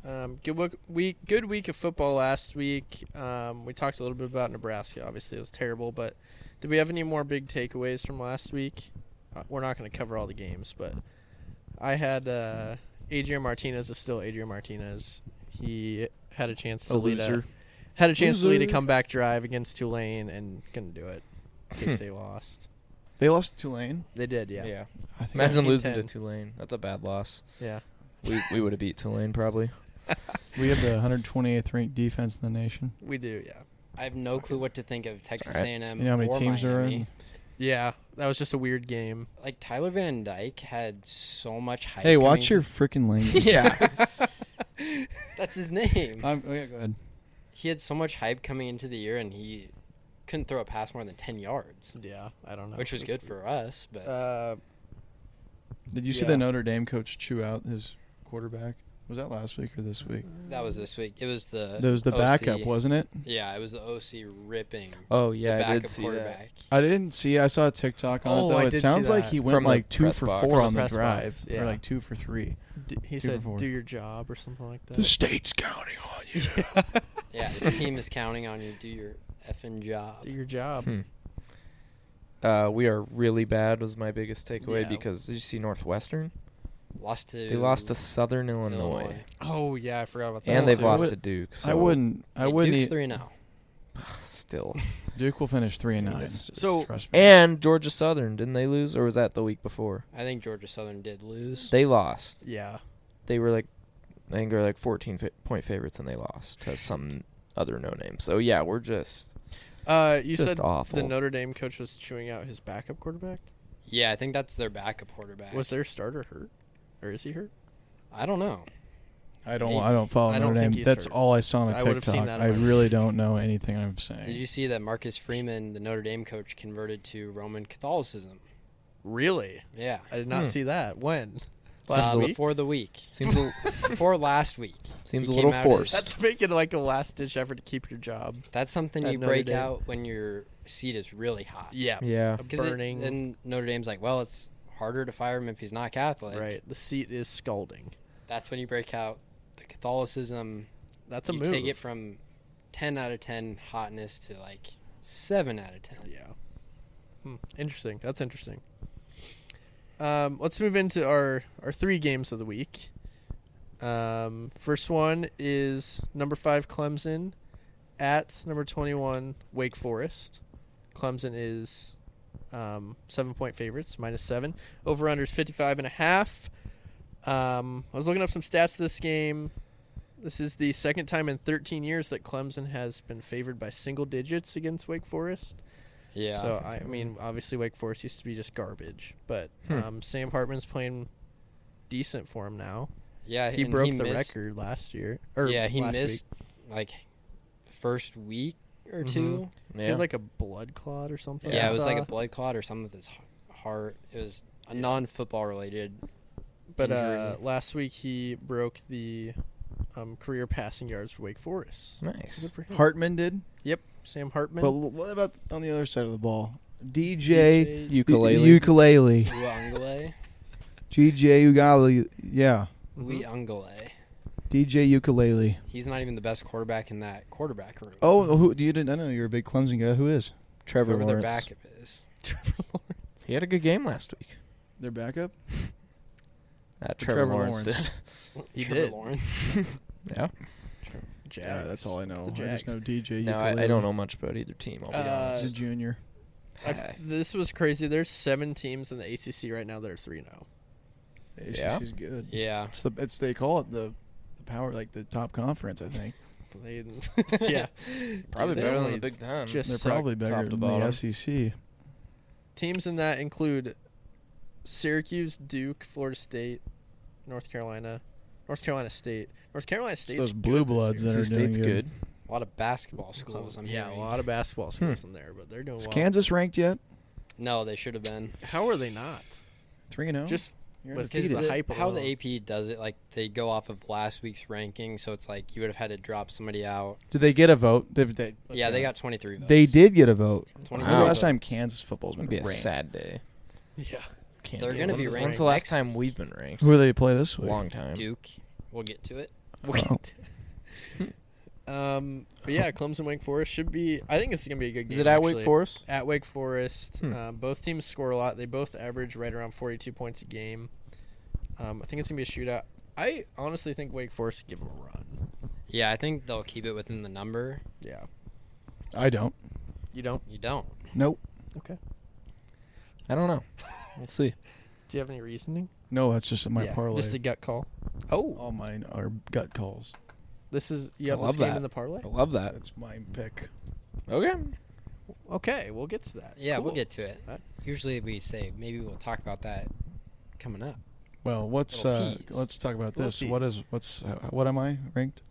Um, good wo- week, good week of football last week. Um, we talked a little bit about Nebraska. Obviously, it was terrible. But did we have any more big takeaways from last week? Uh, we're not going to cover all the games, but I had uh, Adrian Martinez is still Adrian Martinez. He had a chance to A lead a loser. had a chance to lead a Loser. comeback drive against Tulane and couldn't do it because they lost. They lost to Tulane. They did, yeah. yeah, I think Imagine 17-10. losing to Tulane. That's a bad loss. yeah. We we would have beat Tulane probably. we have the 128th ranked defense in the nation. We do, yeah. I have no clue what to think of Texas Alright. A&M You know how many or teams are Miami. in? Yeah, that was just a weird game. Like Tyler Van Dyke had so much hype. Hey, coming watch your to- freaking language. yeah. That's his name. I'm, oh yeah, go ahead. He had so much hype coming into the year, and he couldn't throw a pass more than ten yards, Yeah, I don't know. which was good for us. But Uh, Did you see Yeah. the Notre Dame coach chew out his quarterback? Was that last week or this week? that was this week. It was the That was the OC. backup, wasn't it? Yeah, it was the OC ripping Oh the yeah, I backup did see that. quarterback. I didn't see. I saw a TikTok on Oh, it though. I it did see sounds like that. he went From the like two press for box. four From on the the press drive, box, or yeah. like two for three. d- he Two for said, four. "Do your job" or something like that. The state's counting on you. Yeah, this team is counting on you. Do your effing job. Do your job. Hmm. Uh, we are really bad was my biggest takeaway Yeah. because did you see Northwestern? Lost to They lost to Southern Illinois, Oh yeah, I forgot about that. and they've I lost would- to Duke. So I wouldn't. I Yeah, wouldn't. Duke's e- three oh. now. still. Duke will finish three and I mean, nine. it's just- So- trust me. And Georgia Southern didn't they lose or was that the week before? I think Georgia Southern did lose. They lost. Yeah, They were like, I think they were like 14 fa- point favorites and they lost to some other no name. So yeah, we're just uh, you Just said the awful. Notre Dame coach was chewing out his backup quarterback. yeah, I think that's their backup quarterback. Was their starter hurt, or is he hurt? I don't know. I don't. They- I don't follow I don't Notre think Dame. he's That's hurt. all I saw on a I would've TikTok. seen that I on my- really don't know anything I'm saying. Did you see that Marcus Freeman, the Notre Dame coach, converted to Roman Catholicism? Really? Yeah. I did not Hmm. see that. When? Last Uh, week? Before the week. seems a, Before last week. seems He a came little out as- forced. That's making like a last ditch effort to keep your job. That's something At you Notre break Dame. out when your seat is really hot. Yeah. yeah, A Because burning. then Notre Dame's like, well, it's harder to fire him if he's not Catholic. right. The seat is scalding. That's when you break out the Catholicism. That's a you move. take it from ten out of ten hotness to like seven out of ten. Yeah. Hmm. Interesting. That's interesting. Um, let's move into our, our three games of the week. Um, first one is number five Clemson at number twenty one Wake Forest. Clemson is um, seven point favorites, minus seven. Over under is fifty five and a half. Um, I was looking up some stats this game. This is the second time in 13 years that Clemson has been favored by single digits against Wake Forest. Yeah. So I mean, obviously Wake Forest used to be just garbage, but Hmm. um, Sam Hartman's playing decent for him now. yeah, He and broke the missed- record last year. Or yeah, he last missed Week. like the first week or Mhm. 2 He Yeah. had like a blood clot or something. Yeah, I it was like saw. a blood clot or something with his h- heart. It was a non-football related. But uh, injury. last week he broke the um, career passing yards for Wake Forest. nice. Good for him. Hartman did. Yep, Sam Hartman. But l- what about on the other side of the ball? DJ, DJ Ukulele. ukulele. Uangale, GJ Ugali. Yeah. Uangale. DJ ukulele. He's not even the best quarterback in that quarterback room. Oh, who you didn't? I know you're a big Clemson guy. Who is Trevor whoever their Lawrence. backup is. Trevor Lawrence. He had a good game last week. their backup? That For Trevor, Trevor Lawrence, Lawrence. He Trevor did. Lawrence. did. yeah. Jags. Yeah, that's all I know. The I just Jags. know DJ. No, I, I ukulele. don't know much about either team. I'll be Uh, He's honest. a junior. I- this was crazy. There's seven teams in the ACC right now that are three oh. now. Yeah. ACC's good. Yeah. It's the it's they call it the the power like the top conference. I think They, yeah, Probably They better than only the Big Ten. just they're suck probably top better to than bottom. the E SEC. teams in that include Syracuse, Duke, Florida State, North Carolina, North Carolina State, North Carolina State. those blue bloods that NC are doing State's good. good. A lot of basketball schools. I'm yeah, a hearing. lot of basketball schools in there, but they're doing Is well. Hmm. Kansas ranked yet? No, they should have been. How are they not? Three and zero. Just You're with Because the undefeated. the- hype how alone. the AP does it, like they go off of last week's ranking, so it's like you would have had to drop somebody out. Did they get a vote? Did they, yeah, they got 23 votes. They did get a vote. When 23 was the Wow. last time votes. Kansas football's been It'd be a ranked? sad day. yeah, Kansas. gonna be When's ranked the last next- time we've been ranked? Who do they play this week? Long time. Duke. We'll get to it. Oh. um, but yeah, Clemson, Wake Forest should be. I think it's gonna be a good game. Is it at actually. Wake Forest? At Wake Forest, Hmm. um, both teams score a lot. They both average right around 42 points a game. Um, I think it's gonna be a shootout. I honestly think Wake Forest give them a run. Yeah, I think they'll keep it within the number. Yeah, I don't. you don't. You don't. Nope. Okay. I don't know. We'll see. Do you have any reasoning? No, that's just my Yeah, parlay. Just a gut call. Oh, All mine are gut calls. this is you I have this love game that. in the parlay. I love that. That's my pick. Okay. Okay, we'll get to that. Yeah, we'll Cool. get to it. Alright. Usually we say maybe we'll talk about that coming up. Well, what's Little uh, tease. let's talk about Little this. What tease. is what's uh, what am I ranked?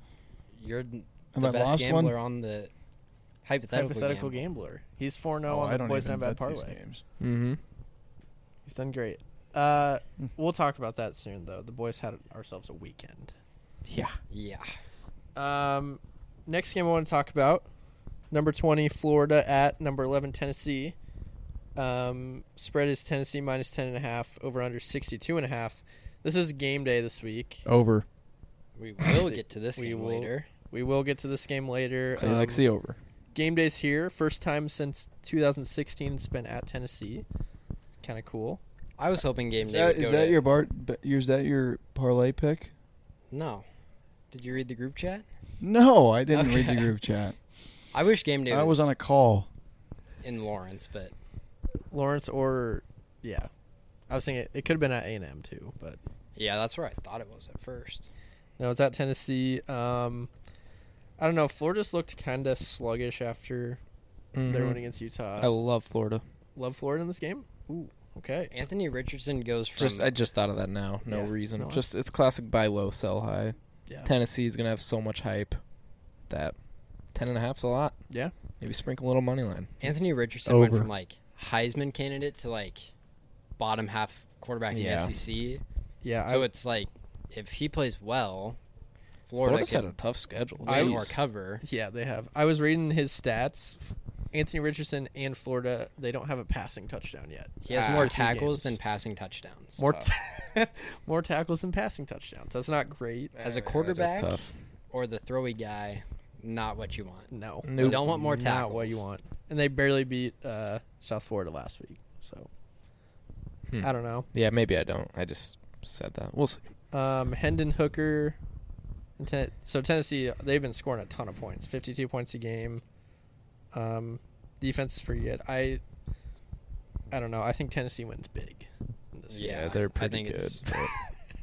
You're n- Have the I best lost gambler one? on the hypothetical, hypothetical game. gambler. He's four zero Oh, on I the don't boys not even bad bet these parlay. games. Mm-hmm. He's done great. Uh, we'll talk about that soon though. The boys had ourselves a weekend. Yeah. Yeah. Um, next game I want to talk about number 20 Florida at number 11 Tennessee. Um, spread is Tennessee minus 10 and a half over under 62 and a half. This is game day this week. Over. We will get to this We game will. later. We will get to this game later. Um, Clay likes the over. game day's here. First time since 2016 it's been at Tennessee. Kind of cool. I was hoping game Is day that, would is go that to- your bar? b- Is that your parlay pick? No. Did you read the group chat? No, I didn't read the Okay. group chat. I wish game day I was on a call. in Lawrence, but Lawrence or yeah. I was thinking it, it could have been at A&M too, but yeah, that's where I thought it was at first. No, it's at Tennessee. Um, I don't know. Florida's looked kind of sluggish after Mm-hmm. Mm-hmm. their win against Utah. I love Florida. Love Florida in this game. Ooh, okay. Anthony Richardson goes from Just I just thought of that now. No Yeah, reason. no. just it's classic buy low, sell high. Yeah. Tennessee's gonna have so much hype that ten and a half's a lot. Yeah. Maybe sprinkle a little money line. Anthony Richardson went Over. from like Heisman candidate to like bottom half quarterback Yeah. in the SEC. Yeah, So I, it's like if he plays well, Florida Florida's had a can tough schedule. win or Jeez. cover. yeah, they have. I was reading his stats. Anthony Richardson and Florida, they don't have a passing touchdown yet. He has Ah. more First two games. tackles than passing touchdowns. more ta- more tackles than passing touchdowns. That's not great. As a Yeah, that's quarterback tough. or the throwy guy, not what you want. No, Nope. You don't want more not what tackles. you want. And they barely beat uh, South Florida last week, so Hmm. I don't know. Yeah, maybe I don't. I just said that. We'll see. Um, Hendon Hooker. and Ten- so Tennessee, they've been scoring a ton of points, fifty-two points a game. Um, defense is pretty good. I, I don't know. I think Tennessee wins big. in This Yeah, Yeah, they're I pretty think good. it's- but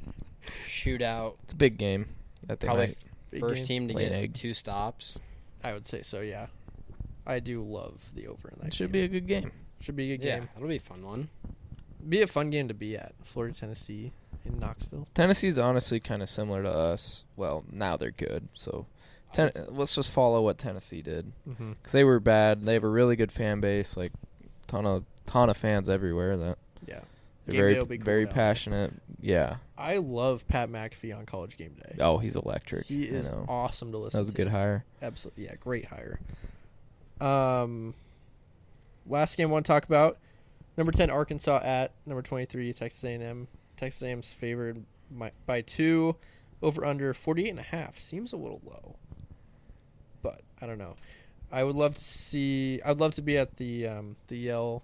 It's, Shootout. a big game that they Probably might- big First game. team to Late get egg. two stops. I would say so. Yeah, I do love the over in that. It should be game. a good game. should be a good Yeah, game. it'll be a fun one. Be a fun game to be at. Florida, Tennessee, in Knoxville. Tennessee's honestly kind of similar to us. Well, now they're good, so ten- let's just follow what Tennessee did Mm-hmm. because they were bad. They have a really good fan base, like ton of ton of fans everywhere. That Yeah, they're Game day will very be cool very down. passionate. Yeah. I love Pat McAfee on College Game Day. Oh, he's electric. He I is know. awesome to listen. That was a to. good hire. Absolutely, yeah, great hire. Um, last game I want to talk about: number ten Arkansas at number twenty-three Texas A&M. Texas A&M's favored by, by two, over under forty-eight and a half. Seems a little low, but I don't know. I would love to see. I'd love to be at the um, the Yell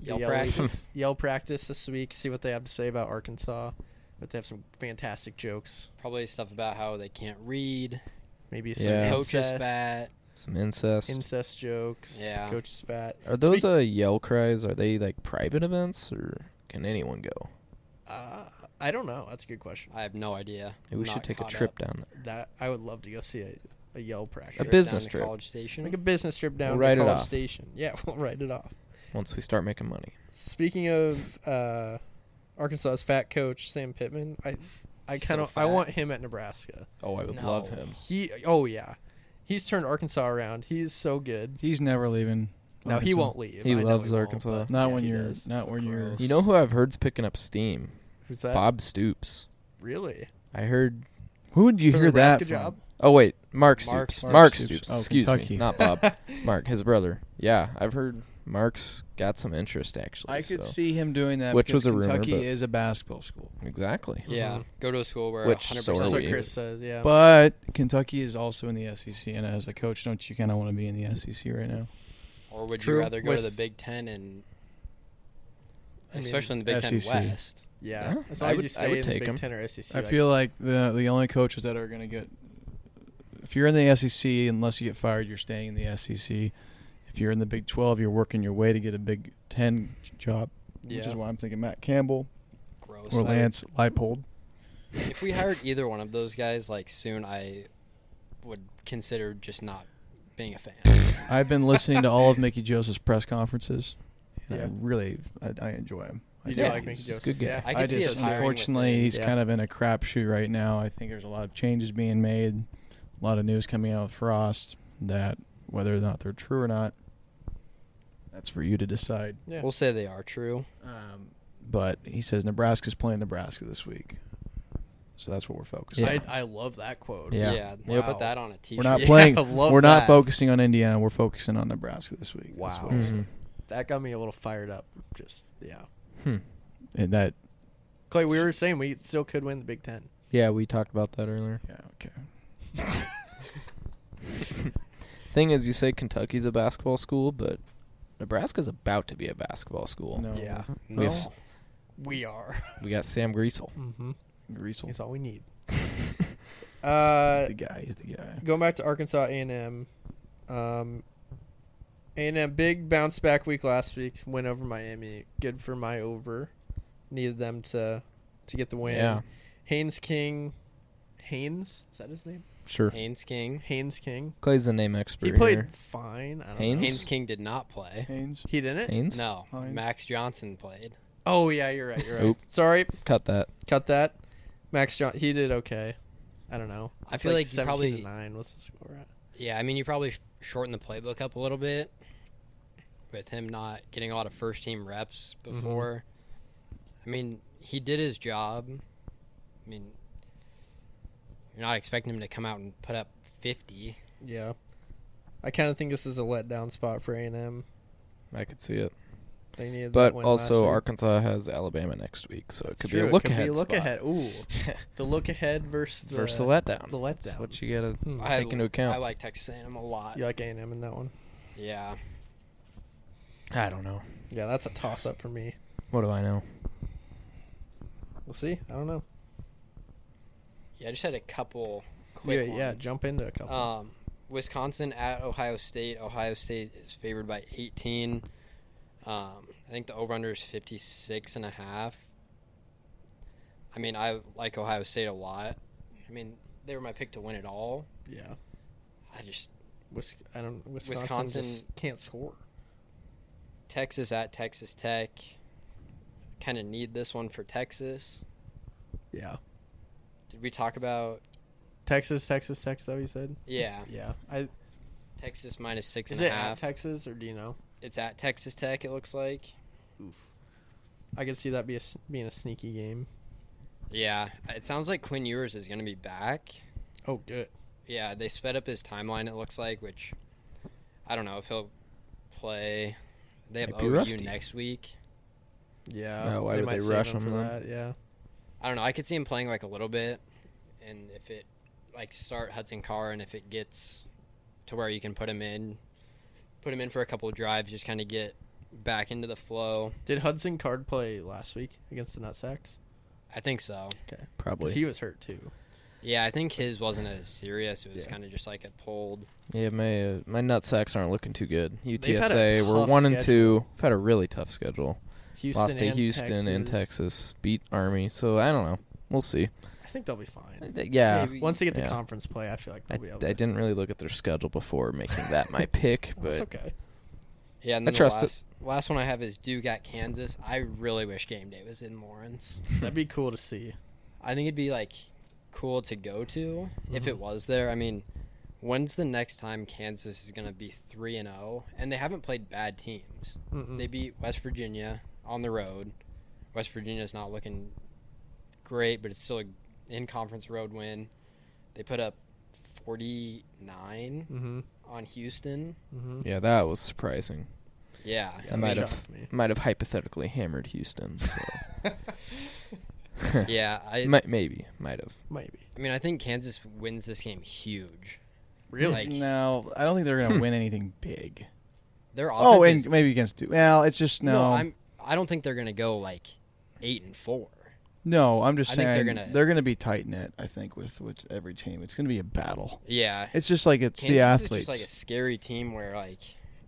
the Yell practice. Yell practice this week. See what they have to say about Arkansas. But they have some fantastic jokes. Probably stuff about how they can't read. Maybe some Yeah. Coach is incest. fat. Some incest. incest jokes. Yeah. Coach is fat. are those Speak- uh, yell cries? Are they like private events or can anyone go? uh, I don't know. That's a good question. I have no idea. Maybe we I'm should not take a caught trip up. down there. That I would love to go see a, a Yale practice. A Trip down business to trip. College Station. Like a business trip down We'll to write it College off. Station. Yeah, we'll write it off. Once we start making money. Speaking of uh, Arkansas's fat coach Sam Pittman, I I So kind of I fat. want him at Nebraska. Oh, I would No. love him. He oh yeah, he's turned Arkansas around. He's so good. He's never leaving. No, he Arkansas. won't leave. He I know loves won't, Arkansas. but Not yeah, when he you're. does. Not when you're. You know who I've heard's picking up steam? Who's that? Bob Stoops. Really? I heard. Who did you For the hear that? Nebraska From? job? Oh wait, Mark Stoops. Mark Mark Stoops. Stoops. Mark Stoops. Oh, Excuse Kentucky. me, not Bob. Mark, his brother. Yeah, I've heard Mark's got some interest actually. I could so- see him doing that. Which was because a rumor, Kentucky but- is a basketball school, exactly. Yeah, go to a school where Which 100% so are That's what we. Chris says. Yeah. but Kentucky is also in the SEC. And as a coach, don't you kind of want to be in the SEC right now? Or would True. you rather go to the With- Big Ten and I mean, E especially in the Big SEC. Ten West? yeah. Yeah, As I long as would- you I stay would in the take Big him. Ten or SEC. I like, feel like the the only coaches that are going to get if you're in the SEC, unless you get fired, you're staying in the SEC. If you're in the Big 12, you're working your way to get a Big 10 job, which Yeah. is why I'm thinking Matt Campbell Gross. or I would- Lance Leipold. If we hired either one of those guys, like soon, I would consider just not being a fan. I've been listening to all of Mickey Joseph's press conferences. And I Yeah. really, I, I enjoy him. I You do Yeah, like Mickey he's a Joseph. good guy. Yeah. I could see just us hiring with unfortunately him. he's Yeah. kind of in a crapshoot right now. I think there's a lot of changes being made, a lot of news coming out with Frost that whether or not they're true or not, that's for you to decide. Yeah. We'll say they are true. Um, but he says Nebraska's playing Nebraska this week, so that's what we're focusing. I, on. I love that quote. Yeah. we'll Wow. put that on a T-shirt. We're not Yeah, playing. I love We're not that. focusing on Indiana. We're focusing on Nebraska this week. That's Wow. what he said. Mhm. That got me a little fired up. Just yeah. Hmm. And that. Clay, we were saying we still could win the Big Ten. Yeah, we talked about that earlier. Yeah. Okay. Thing is, you say Kentucky's a basketball school, but Nebraska's about to be a basketball school. No. Yeah. No. We have s- We are. We got Sam Greasel. Mm-hmm. That's Greasel. He's all we need. uh, the guy. He's the guy. going back to Arkansas A&M. Um, A&M big bounce back week last week. Win over Miami. Good for my over. Needed them to to get the win. Yeah. Haynes King. Haynes is that his name? Sure. Haynes King. Haynes King. Clay's the name expert He played here. fine. I don't Haynes? know. Haynes King did not play. Haynes. He didn't. Haynes? No, Haynes. Max Johnson played. Oh yeah, you're right. You're right. Oop. Sorry, Cut that. cut that. Max John, he did okay. I don't know. I It's feel like he 17 probably- to nine. What's the score at? Yeah, I mean, you probably shorten the playbook up a little bit with him not getting a lot of first team reps Mm-hmm. before. I mean, he did his job. I mean, you're not expecting him to come out and put up 50. Yeah, I kind of think this is a letdown spot for A and M. I could see it. They needed that But win last also, week. Arkansas has Alabama next week, so it It's could true, be a it look could ahead. Be a look spot. ahead. Ooh, the look ahead versus the, versus the letdown. the That's letdown. what you gotta Hmm. I take into account. I like Texas A&M a lot. You like A and M in that one? Yeah. I don't know. Yeah, that's a toss up for me. What do I know? We'll see. I don't know. Yeah, I just had a couple Yeah, quick yeah. ones. Jump into a couple. Um, Wisconsin at Ohio State. Ohio State is favored by 18. Um, I think the over-under is 56 and a half. I mean, I like Ohio State a lot. I mean, they were my pick to win it all. yeah. I just Wis- I don't. Wisconsin, Wisconsin- just can't score. Texas at Texas Tech. Kind of need this one for Texas. Yeah. Did we talk about? Texas, Texas, Texas. How you said? Yeah, Yeah. I, Texas minus six is and a it half. at Texas or do you know? it's at Texas Tech. It looks like. I could see that be a, s- being a sneaky game. Yeah, it sounds like Quinn Ewers is going to be back. Oh, good. Yeah, they sped up his timeline. It looks like, which I don't know if he'll play. They have Might be OU rusty. next week. Yeah. Uh, why would might they save rush him him for then? that? Yeah. I don't know. I could see him playing like a little bit, and if it like start Hudson Carr, and if it gets to where you can put him in, put him in for a couple of drives, just kind of get back into the flow. Did Hudson Card play last week against the Nutsacks? I think so. Because Probably. he was hurt too. Yeah, I think his wasn't as serious. It was Yeah. kind of just like a pulled. yeah, my uh, my nut sacks aren't looking too good. They've had a UTSA, we're tough one and two. We've had a really tough schedule. Houston Lost to and Houston and Texas. Texas. Beat Army, so I don't know. We'll see. I think they'll be fine. Yeah, Maybe. Once they get to Yeah. conference play, I feel like I, they'll be able. I to. didn't really look at their schedule before making that my pick, Oh, but it's okay. Yeah, and I then trust it. the last, last one I have is Duke at Kansas. I really wish game day was in Lawrence. That'd be cool to see. I think it'd be like cool to go to if it Mm-hmm. Mhm. was there. I mean, when's the next time Kansas is going to be 3 and 0 and they haven't played bad teams. Mm-mm. They beat West Virginia on the road. West Virginia's not looking great, but it's still a in conference road win. They put up 49 Mm-hmm. on Houston. Mm-hmm. yeah, that was surprising. Yeah. I might have- me. Might have hypothetically hammered Houston. So. Yeah, I Might, maybe, might have. Maybe. I mean, I think Kansas wins this game huge. Really? Like- no, I don't think they're going to win anything big. Their offense Oh, is- and maybe against Duke. Well, it's just no. no, I'm I don't think they're going to go like 8 and 4. no, I'm just I think saying they're they're going gonna- to they're going to be tight knit. I think with with every team, it's going to be a battle. Yeah. It's just like it's the Kansas athletes. Is just like a scary team where like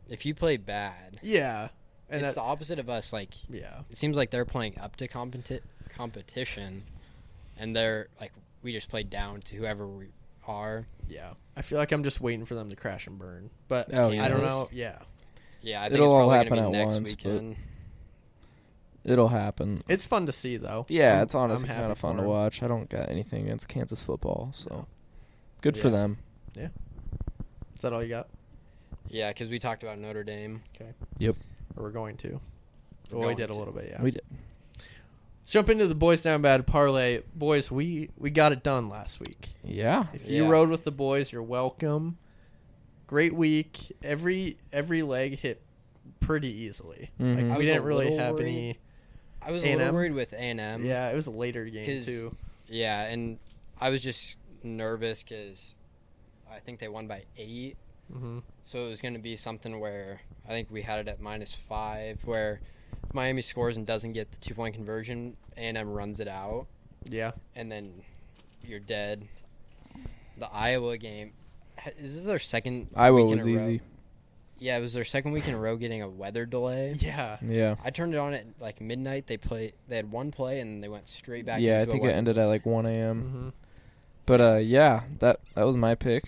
if you play bad, Yeah. And that, it's the opposite of us. Like yeah. it seems like they're playing up to competi- competition, and they're like we just play down to whoever we are. Yeah. I feel like I'm just waiting for them to crash and burn. But Oh, I don't Kansas? know. Yeah. Yeah, I think It'll it's all probably happen gonna at be next once, but- weekend. It'll happen. It's fun to see though. Yeah, I'm- it's honestly I'm happy kind of fun for to 'em. watch. I don't got anything against Kansas football, so good for Yeah. them. Is that all you got? Yeah, because we talked about Notre Dame. Or we're going to? We're well, we going did a to. little bit. Yeah. We did. Let's jump into the boys down bad parlay. Boys, we we got it done last week. Yeah. If you Yeah. rode with the boys, you're welcome. Great week. Every every leg hit pretty easily. Mhm. I Like we was a didn't really little have worried. Um, any. I was a A&M? little worried with A and M. yeah, it was a later game 'cause- too. Yeah, and I was just nervous because I think they won by eight. Mm-hmm. So it was going to be something where I think we had it at minus five, where Miami scores and doesn't get the two point conversion, and M runs it out, Yeah, and then you're dead. The Iowa game h- is this their second? Iowa week in was a row- easy. Yeah, it was their second week in a row getting a weather delay. yeah. Yeah. I turned it on at like midnight. They play. They had one play and they went straight back. yeah, I into think a it weather- ended at like 1 a.m. Mm-hmm. But uh, yeah, that that was my pick.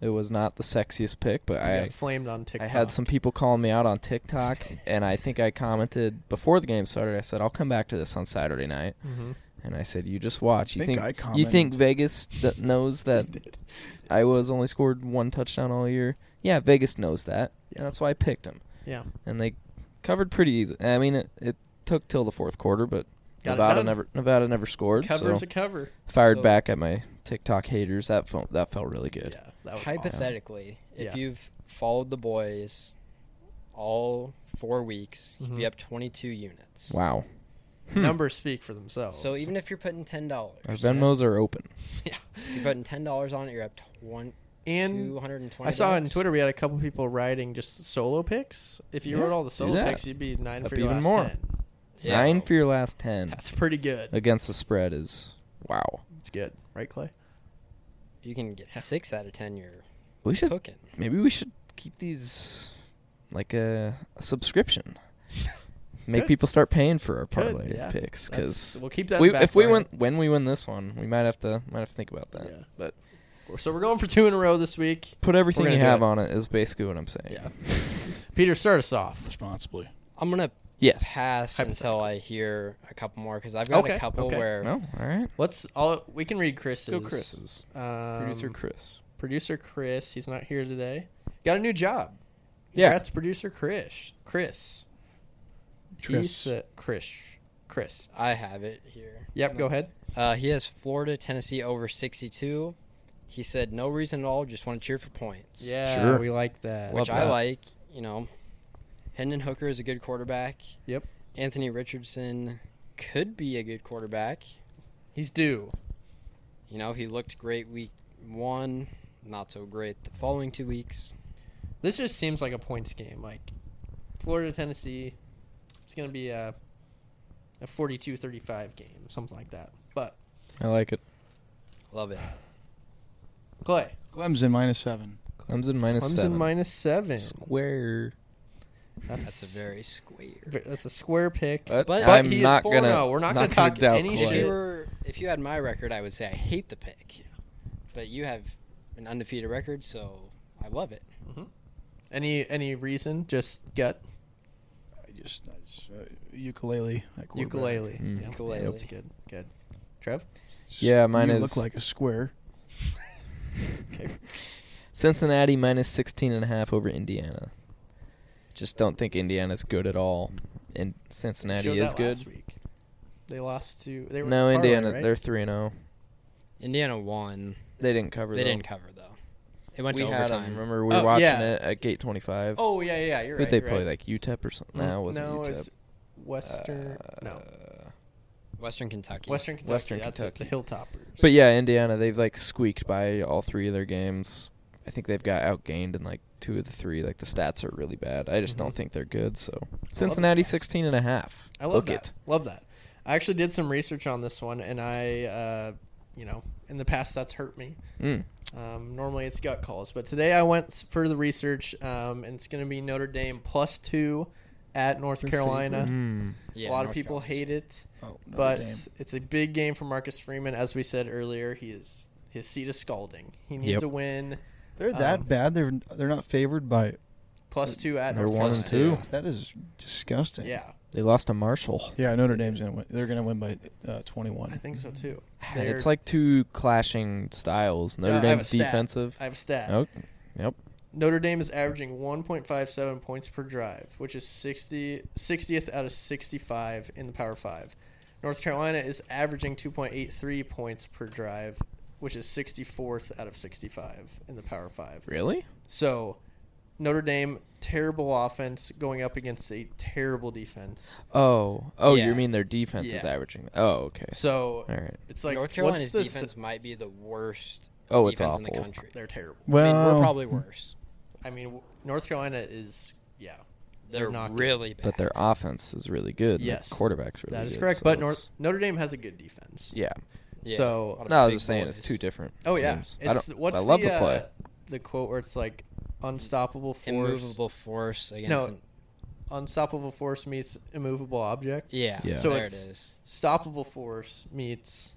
It was not the sexiest pick, but I got flamed on TikTok. I had some people calling me out on TikTok, and I think I commented before the game started. I said I'll come back to this on Saturday night, Mhm. and I said you just watch. I You think think, I you commented. think Vegas th- knows that Iowa's only scored one touchdown all year? Yeah, Vegas knows that, Yeah. and that's why I picked them. Yeah, And they covered pretty easy. I mean, it, it took till the fourth quarter, but Got it Nevada done. never Nevada never scored. covers so a cover. fired So- back at my TikTok haters. That felt that felt really good. Yeah, that was awesome. Hypothetically, if Yeah. you've followed the boys all four weeks, you'd be Mhm. up 22 units. Mm-hmm. Wow. Hmm. Numbers speak for themselves. So even if you're putting ten dollars, Our Venmos are open. you're putting ten dollars on it, you're up twenty. and 220 I saw on bucks. Twitter we had a couple people riding just solo picks. If you Yeah, wrote all the do solo that. picks, you'd be nine Up for your even last more. ten. Yeah. Nine for your last ten That's pretty good. against the spread is wow. It's good, right, Clay? If you can get six out of ten, you're We should cooking. maybe we should keep these like a, a subscription. Make Good. people start paying for our Good, parlay yeah. picks That's- because we'll keep that. in we, the back if we burner. win when we win this one, we might have to might have to think about that. Yeah. But so we're going for two in a row this week. put everything gonna you do have it. on it is basically what I'm saying. Yeah. Peter, start us off. responsibly. I'm gonna Yes. pass until I hear a couple more because I've got Okay, a couple okay. where No. All right. Let's all we can read Chris's. Go Chris's. Um, Producer Chris. Producer Chris, he's not here today. Got a new job. Yeah. That's producer Chris. Chris. He Tris. sa- Chris. Chris. I have it here. Yep, go ahead. Uh, he has Florida, Tennessee over 62. He said no reason at all, just want to cheer for points. Yeah, Sure. we like that. which Love I that. like. You know, Hendon Hooker is a good quarterback. Yep. Anthony Richardson could be a good quarterback. He's due. You know, he looked great week one, not so great the following two weeks. This just seems like a points game. Like Florida, Tennessee, it's going to be a, a 42-35 game, something like that. But I like it. Love it. Clay, Clemson minus seven. Clemson minus Clemson seven. minus seven. Square. That's, That's a very square. ve- that's a square pick. But, But I'm he is not 4-0. gonna. We're not not gonna gonna talk doubt any If Clay. shit. you were, if you had my record, I would say I hate the pick, but you have an undefeated record, so I love it. Any any reason? Just gut I just, I just uh, ukulele. at quarterback. ukulele. Mm. Yeah, Ukulele. that's good. Good. Trev. Yeah, mine you is- look like a square. Cincinnati minus 16 and a half over Indiana. Just don't think Indiana's good at all. And Showed Cincinnati is that good. Last week. They lost to. They were No, in parlay, Indiana, right? they're 3 and 0. Indiana won. They didn't cover They though. didn't cover though. It went we to had 'em, overtime. Remember we were Oh, watching yeah. it at gate 25. Oh yeah, yeah, you're Who'd right. they you're play right. like UTEP or something? Mm, No, it wasn't E no, UTEP. it's Western. no, Western Kentucky. Western Kentucky. Uh, Western that's It, the Hilltoppers. But yeah, Indiana, they've like squeaked by all three of their games. I think they've got outgained in like two of the three. Like the stats are really bad. I just Mm-hmm. don't think they're good. So Cincinnati 16 and a half. I love Book that. it. Love that. I actually did some research on this one, and I, uh, you know, in the past that's hurt me. Mm. Um, normally it's gut calls, but today I went s- for the research, um, and it's going to be Notre Dame plus two at North Carolina. Mm. Yeah, a lot North of people Carolina's- hate it, Oh, Notre but Dame. it's a big game for Marcus Freeman. As we said earlier, he is his seat is scalding. He needs Yep. a win. they're that um, bad. They're they're not favored by. Plus two at They're North one and two. Carolina. That is disgusting. Yeah, They lost to Marshall. Yeah, Notre Dame's gonna win. They're gonna win by uh, I twenty-one. think so too. They're- It's like two clashing styles. Yeah, I Notre have a Dame's stat. defensive. I have a stat. Oh, yep. Notre Dame is averaging 1.57 points per drive, which is 60, 60th out of 65 in the Power 5. North Carolina is averaging 2.83 points per drive, which is 64th out of 65 in the Power 5. Really? So, Notre Dame, terrible offense going up against a terrible defense. Oh, oh, Yeah. you mean their defense is Yeah. averaging? Oh, okay. So, All right. it's like, North Carolina's what's this? defense might be the worst Oh, it's defense in the awful. country. They're terrible. Well, I mean, we're probably worse. I mean, w- North Carolina is, yeah. They're not good. really bad. But their offense is really good. and Yes. Their quarterback's really That is good, correct. so But it's- North, Notre Dame has a good defense. Yeah. Yeah, so- a lot of No, I was big just saying boys. it's two different. Oh yeah, teams. I it's don't- what's I love the, the, play. Uh, the quote where it's like unstoppable force, immovable force against. No. an- unstoppable force meets immovable object, yeah, Yeah. So there it it's- is. stoppable force meets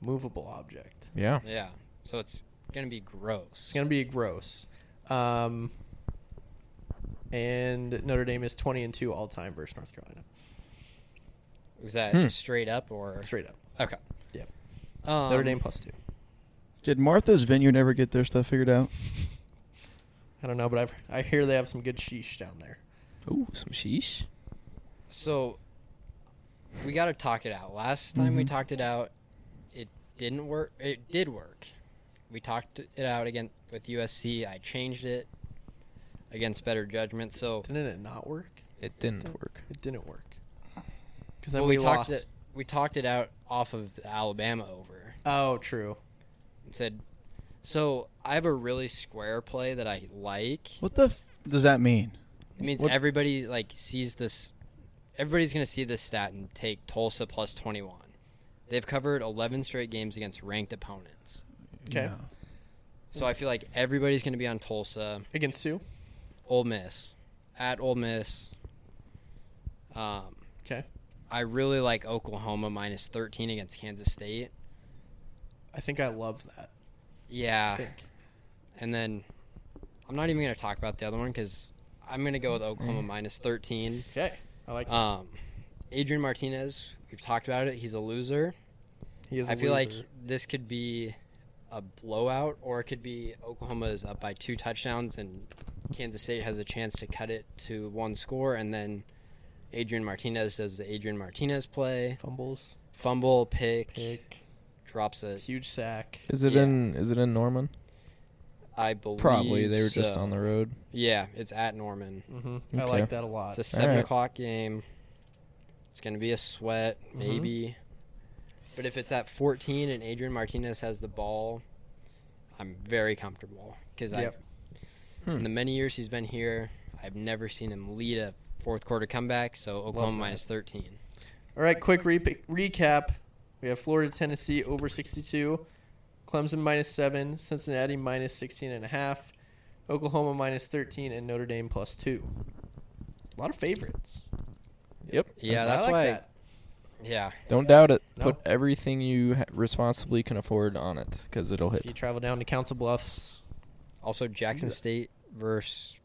movable object. yeah. Yeah, so it's gonna be gross. It's gonna be gross. Um, and Notre Dame is twenty and two all time versus North Carolina, Is that Hmm. straight up or straight up. okay? Yep. Um, Notre Dame plus two. did Martha's Vineyard ever get their stuff figured out? I don't know, but I've, I hear they have some good sheesh down there. Ooh, some sheesh. So we got to talk it out. Last time Mm-hmm. we talked it out, it didn't work. It did work. We talked it out again with USC. I changed it against better judgment. So Didn't it not work? It didn't work. It didn't work. Because Well, we, we, talked lost. it. We talked it out off of the Alabama over. Oh, true. It said, "So I have a really square play that I like. What the f- does that mean? It means What- everybody like sees this. Everybody's going to see this stat and take Tulsa plus twenty one. They've covered eleven straight games against ranked opponents. Okay. Yeah. So I feel like everybody's going to be on Tulsa, Against Sue. Ole Miss, at Ole Miss. Um, Okay. I really like Oklahoma minus thirteen against Kansas State. I think I love that. I Yeah. think. And then I'm not even going to talk about the other one because I'm going to go with Mm. Oklahoma minus 13. Okay. I like. Um, Adrian Martinez, we've talked about it. He's a loser. he is. a I feel like loser. this could be a blowout, or it could be Oklahoma is up by two touchdowns and Kansas State has a chance to cut it to one score. And then Adrian Martinez does the Adrian Martinez play, fumbles, fumble, pick, pick, drops it. huge sack. Is it Yeah. in? Is it in Norman? I believe Probably. They were just so. on the road. Yeah, it's at Norman. hmm I Okay. like that a lot. It's a seven right. o'clock game. It's gonna be a sweat, maybe. But if it's at fourteen and Adrian Martinez has the ball, I'm very comfortable because Yep. I've in the many years he's been here, I've never seen him lead a fourth quarter comeback. So Oklahoma that. minus thirteen. All right, quick re- recap. We have Florida, Tennessee over 62, Clemson minus 7, Cincinnati minus 16 and a half, Oklahoma minus 13 and Notre Dame plus 2. A lot of favorites. Yep. Yeah, I that's like why. that. Yeah, Don't doubt it. No. Put everything you ha- responsibly can afford on it because it'll If you hit. travel down to Council Bluffs, Also, Jackson State versus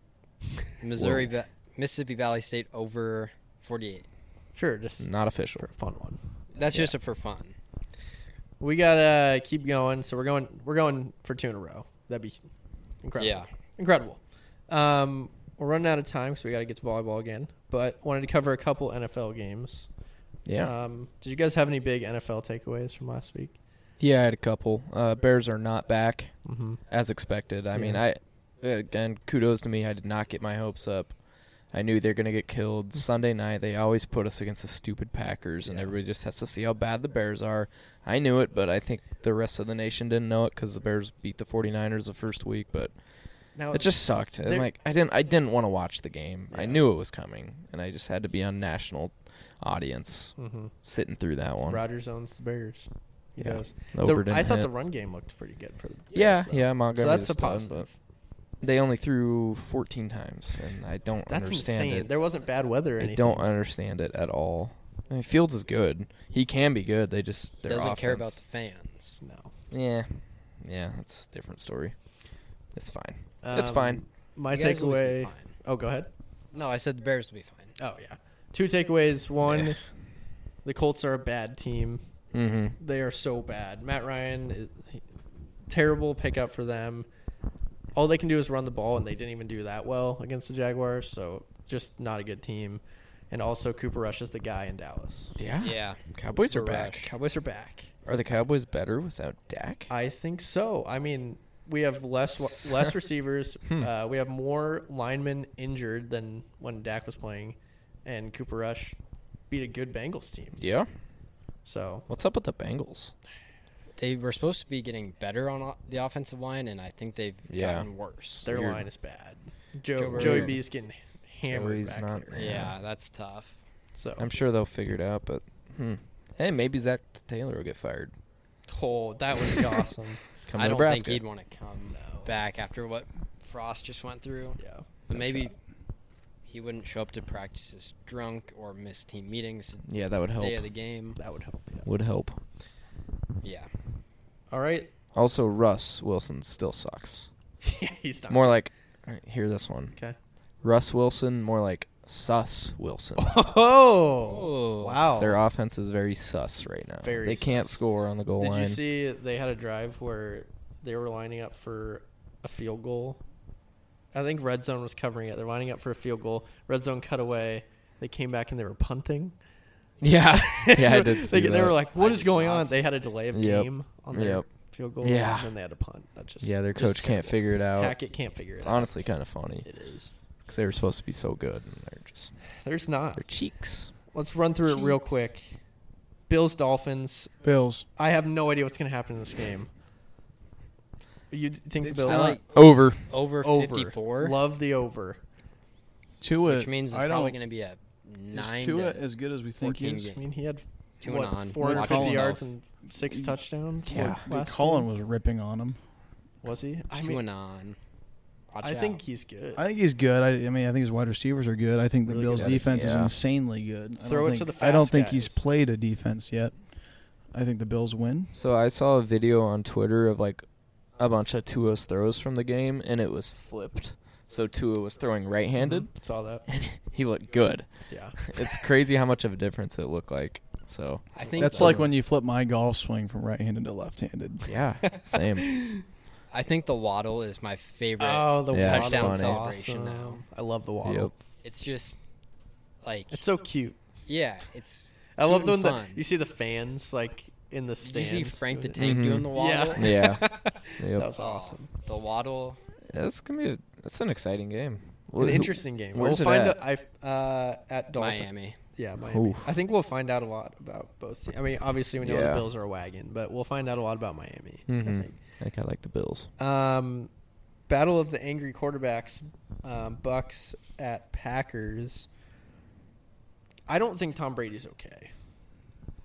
Missouri, Va- Mississippi Valley State over 48. sure, just Not official. for a fun one. That's just a for fun. We gotta keep going, so we're going. We're going for two in a row. That'd be incredible. Yeah. incredible. Um, we're running out of time, so we gotta get to volleyball again. But wanted to cover a couple NFL games. Yeah. Um, did you guys have any big NFL takeaways from last week? Yeah, I had a couple. Uh, Bears are not back Mm-hmm. as expected. I mean, I again kudos to me. I did not get my hopes up. I knew they're gonna get Mm. killed Sunday night. They always put us against the stupid Packers, and everybody just has to see how bad the Bears are. I knew it, but I think the rest of the nation didn't know it because the Bears beat the 49ers the first week. But Now it just sucked. And Oh, They're- like I didn't I didn't want to watch the game. I Yeah. knew it was coming and I just had to be on national audience Mhm. sitting through that one. Rodgers owns the Bears. He Yeah. does. The The- over didn't I thought hit. the run game looked pretty good for the Bears, Yeah, though. yeah, Montgomery. So that's a was done, positive. but They only threw 14 times and I don't That's understand insane. it. There wasn't bad weather or I anything. don't understand it at all. I mean, Fields is good. He can be good. They just their Doesn't care about the offense- fans. No. Yeah. Yeah, that's a different story. It's fine. it's fine. My You guys will be takeaway. fine. Oh, go ahead. No, I said the Bears will be fine. Oh yeah. Two takeaways. One, Yeah. the Colts are a bad team. Mhm. They are so bad. Matt Ryan, is, he- terrible pickup for them. All they can do is run the ball, and they didn't even do that well against the Jaguars. So just not a good team. And also, Cooper Rush is the guy in Dallas. Yeah. Yeah. Cowboys are Cooper back. Rush. Cowboys are back. Are the Cowboys better without Dak? I think so. I mean, we have less less receivers. Uh, we have more linemen injured than when Dak was playing, and Cooper Rush beat a good Bengals team. yeah. So What's up with the Bengals? They were supposed to be getting better on o- the offensive line, and I think they've Yeah. gotten worse. Their Weird. line is bad. Joe, Joe Joey Burrow. B is getting hammered Joey's back not there. there. yeah. Yeah. that's tough. So I'm sure they'll figure it out, but hmm. hey, maybe Zach Taylor will get fired. oh, that would be awesome. Come I to don't Nebraska. think he'd want to come No. back after what Frost just went through. Yeah. But maybe he wouldn't show up to practices drunk or miss team meetings the yeah, that would help. day of the game. That would help. Yeah. Would help. Yeah. All right. Also, Russ Wilson still sucks. yeah, he's not. More like, hear this one. Okay. Russ Wilson, more like sus Wilson. 'Cause Oh. Oh. Wow. Their offense is very sus right now. Very they can't sus. score on the goal Did line. you see they had a drive where they were lining up for a field goal? I think red zone was covering it. They're lining up for a field goal. Red zone cut away. They came back and they were punting. yeah, yeah, I did they, see they that. were like, "What I is did going not on?" see They had a delay of Yep. game on their Yep. field goal, Yeah. and then they had a punt. That's just yeah, their just coach can't terrible. figure it out. Hackett can't figure it It's out. honestly kind of funny. It is. because they were supposed to be so good, and they're just There's not. their cheeks. Let's run through it real Cheeks. quick. Bills Dolphins. Bills. I have no idea what's going to happen in this game. You d- think It's the Bills I like Over. over, over? 54, Love the over. Tua. which means it's I probably don't. going to be a Is nine. Tua to- as good as we think he 14 is? game. I mean, he had Two what, and on. Watch 450 yourself. yards and six touchdowns. Boy, like, dude, last Colin week? was ripping on him. was he? I two mean, and on. Watch I out. think he's good. I think he's good. I, I mean, I think his wide receivers are good. I think the Really Bills' good. defense is Yeah. insanely good. I Throw don't it to think- the I don't fast think he's guys. played a defense yet. I think the Bills win. So I saw a video on Twitter of like a bunch of Tua's throws from the game, and it was flipped. So Tua was throwing right-handed, Mhm. Saw that. and he looked good. Yeah. It's crazy how much of a difference it looked like. So I think That's the- like when you flip my golf swing from right-handed to left-handed. yeah, same. I think the waddle is my favorite. Oh, the Yeah, waddle's it's funny. Celebration now. awesome. I love the waddle. Yep. It's just like It's so cute. yeah, it's I love Cute when and the, fun. you see the fans like in the Did you stands. see Frank the doing it. Tank Mhm. doing the waddle? Oh, Yeah. Yeah. Yep. That was awesome. The waddle. Yeah, that's gonna be. A, that's an exciting game. An Who- interesting game. where's we'll it find at? out. I uh, at Dolphin. Miami. Yeah, Miami. Oof. I think we'll find out a lot about both. Teams. I mean, obviously we know the Yeah. Bills are a wagon, but we'll find out a lot about Miami. I Mhm. think. I think I like the Bills. Um, Battle of the Angry Quarterbacks, um, Bucks at Packers. I don't think Tom Brady's okay.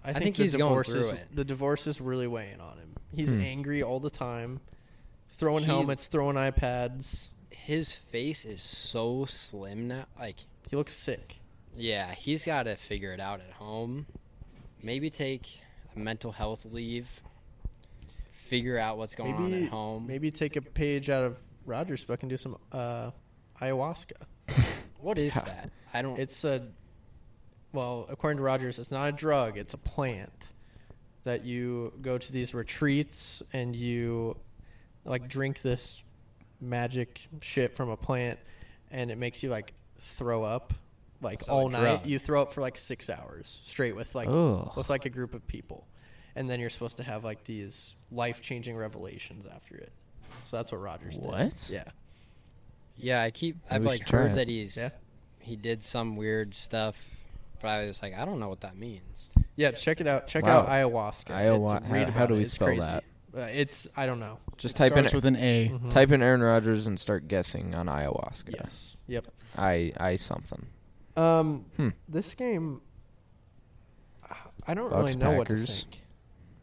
I think he's going divorce through is, it. The divorce is really weighing on him. He's Hmm. angry all the time, throwing He- helmets, throwing iPads. His face is so slim now. Like He looks sick. yeah, he's got to figure it out at home. Maybe take a mental health leave. Figure out what's going on Maybe at home. Maybe take a page out of Rogers' book and do some uh, ayahuasca. What is that? I don't. It's a well, according to Rogers, it's not a drug, it's a plant that you go to these retreats and you like drink this magic shit from a plant and it makes you like throw up like all like, night. drug. You throw up for like 6 hours straight with like Ugh. with like a group of people. And then you're supposed to have like these life-changing revelations after it. So that's what Rogers did. What? Yeah. yeah, I keep. I've we like should try heard it. that he's Yeah. he did some weird stuff, but I was like, I don't know what that means. Yeah, check it out. Check Wow. out ayahuasca. Iowa- It's- read how- about how do it. we It's spell crazy. that? Uh, it's I don't know. Just It type in starts with an A. type in Aaron Rodgers and start guessing on ayahuasca. Mm-hmm. Yes. Yep. I I something. Um, Hmm. this game, I don't Bucks, really know what to Packers. think.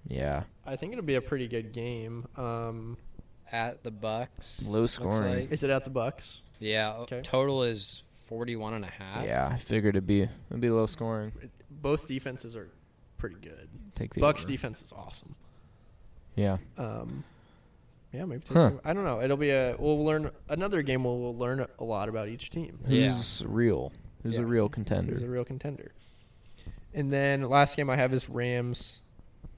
Yeah. I think it'll be a pretty good game. Um, At the Bucks. Low looks scoring. like. is it at the Bucks? Yeah, Okay. total is 41 and a Ah. half. Yeah. I figured it'd be it'd be low scoring. Both defenses are pretty good. Take the Bucks over. defense is awesome. Yeah. Um, yeah, maybe. Take Huh. the- I don't know. It'll be a. We'll learn another game. Where we'll learn a lot about each team. Yeah. Who's real? Who's Yeah. a real contender? Who's a real contender? And then last game I have is Rams.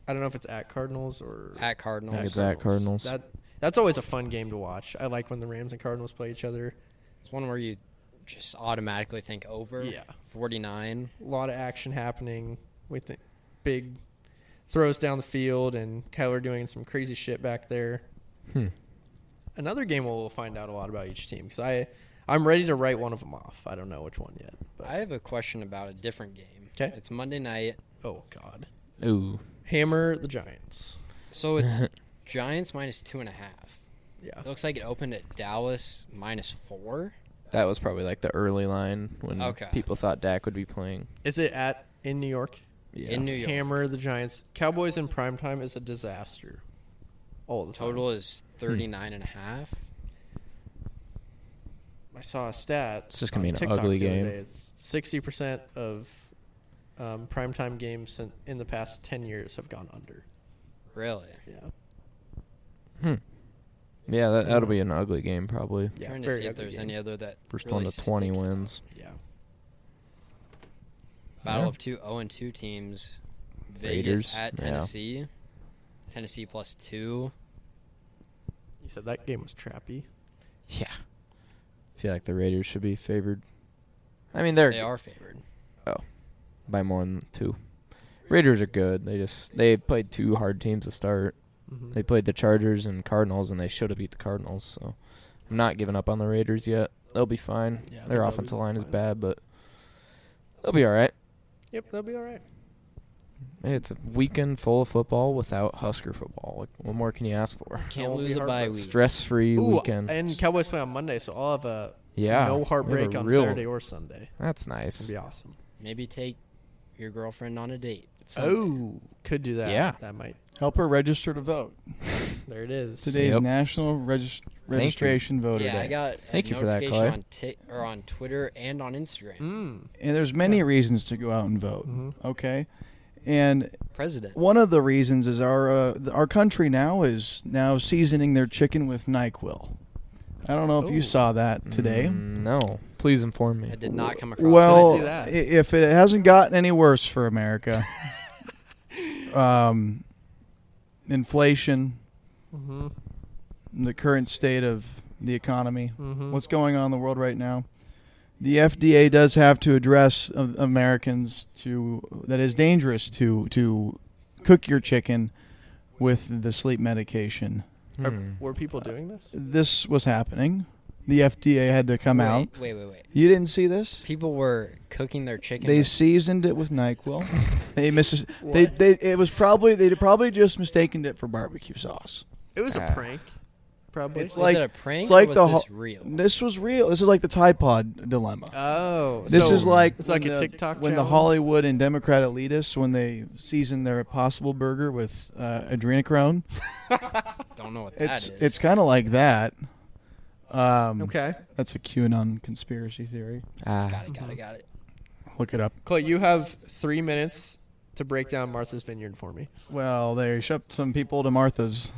I don't know if it's at Cardinals or At Cardinals. I think it's at Cardinals. That that's always a fun game to watch. I like when the Rams and Cardinals play each other. It's one where you just automatically think over. Yeah. 49. A lot of action happening with the big throws down the field and Kyler doing some crazy shit back there. Hmm. Another game where we'll find out a lot about each team because I I'm ready to write one of them off. I don't know which one yet. But I have a question about a different game. 'Kay. It's Monday night. oh god, Ooh. hammer the Giants. So it's Giants minus two and a half. Yeah, It looks like it opened at Dallas minus four. That was probably like the early line when Okay. people thought Dak would be playing. is it at in New York? Yeah. In New York. Hammer the Giants. Cowboys in primetime is a disaster. All the time. Total is Hmm. 39 and a half. I saw a stat. It's just gonna on be an TikTok ugly the other game. day. It's sixty percent of um, primetime games in, in the past ten years have gone under. Really? Yeah, yeah, that, that'll be an ugly game probably. yeah. Trying to very see if ugly there's game. any other that. First really one to 20 stick out. wins. Yeah, Battle Yeah. of two 0 and 2 teams. Vegas Raiders, at yeah. Tennessee. Tennessee plus two. you said that game was trappy. Yeah. I feel like the Raiders should be favored. I mean, they're They are favored. by more than two. Raiders are good. They just they played two hard teams to start. Mhm. They played the Chargers and Cardinals, and they should have beat the Cardinals. So I'm not giving up on the Raiders yet. They'll be fine. Yeah, I think Their they'll be offensive line is fine. bad, but they'll be all right. Yep, they'll be all right. It's a weekend full of football without Husker football. Like, what more can you ask for? Can't won't be lose a hard, bye but week. Stress-free Ooh, weekend. and Cowboys play on Monday, so I'll have a yeah, we no have heartbreak a on real- Saturday or Sunday. That's It's nice. gonna be awesome. Maybe take your girlfriend on a date. Oh, could do that. Yeah. that might. Help her register to vote. There it is. Today's Yep. National Regis- Registration Voter yeah, Day. I got Thank a you for that, notification Clay. on Tik or on Twitter and on Instagram. Mm. and there's many reasons to go out and vote. Okay, and President. one of the reasons is our uh, th- our country now is now seasoning their chicken with Nyquil. I don't know if Ooh. you saw that today. Mm, no, please inform me. I did not come across. Well, see i- that? if it hasn't gotten any worse for America, um, inflation, Mm-hmm. the current state of the economy, Mm-hmm. what's going on in the world right now. The FDA does have to address uh, Americans to that is dangerous to to cook your chicken with the sleep medication. Hmm. Are, were people doing this? This was happening. The FDA had to come wait, out. Wait, wait, wait. You didn't see this? People were cooking their chicken. They with- seasoned it with Nyquil. they mis- they, they it was probably they probably just mistaken it for barbecue sauce. It was Ah. a prank, probably. It's was like- it a prank? it's like or was the this ho- real? This was real. This is like the Tide Pod dilemma. oh, This so is like it's like when a the- TikTok when the challenge? Hollywood and Democrat elitists when they season their Impossible Burger with uh, adrenochrome. Don't know what that It's is. it's kind of like that. Um, Okay, that's a QAnon conspiracy theory. Ah, got it, got it, got it. Look it up. Clay, you have three minutes to break down Martha's Vineyard for me. Well, they shipped some people to Martha's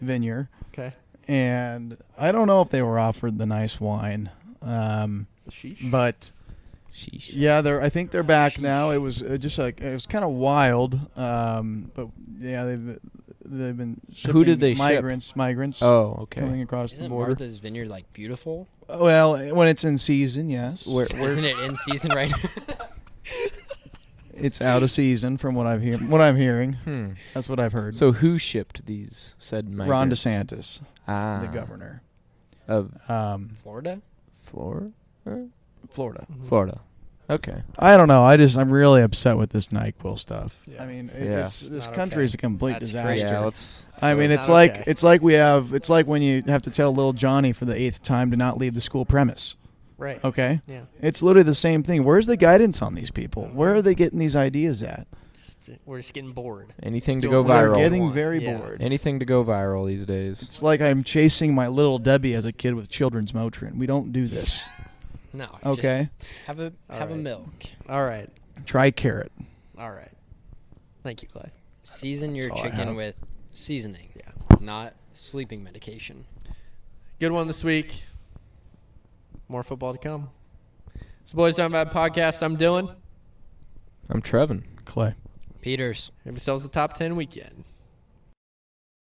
Vineyard, Okay, and I don't know if they were offered the nice wine. Um, sheesh. but sheesh. Yeah, they're. I think they're back now. It was uh, just like it was kind of wild, um, but yeah, they've they've been shipping Who did they ship? migrants migrants Oh, okay. coming across the Isn't border. Martha's Vineyard like beautiful? well, when it's in season, yes, Where, where, Isn't it in season right now? it's out of season from what I'm hearing. What I'm hearing, hmm. that's what I've heard. So who shipped these said Ron migrants? DeSantis, ah, the governor, of um, Florida? Florida, Florida. Florida. Okay, I don't know. I just I'm really upset with this Nyquil stuff. Yeah. I mean, it, Yeah. it's, this Not country okay. is a complete That's disaster. crazy. yeah. Let's. I So- mean, it's Not like okay. it's like we have it's like when you have to tell little Johnny for the eighth time to not leave the school premise. right. Oh. Okay, Yeah. it's literally the same thing. Where's the guidance on these people? Where are they getting these ideas at? Just, uh, we're just getting bored. Anything Just to go doing whatever viral. They're we getting want. very Yeah. bored. Anything to go viral these days. It's like I'm chasing my little Debbie as a kid with children's Motrin. We don't do this. No. just Okay, have a All have a right. milk. All right. try carrot. All right. Thank you, Clay. Season your all I chicken have. with seasoning. Yeah. Not sleeping medication. Good one this week. More football to come. It's the Boys Down Bad podcast. I'm Dylan. I'm Trevin. Clay. Peters. Have yourselves a top 10 weekend.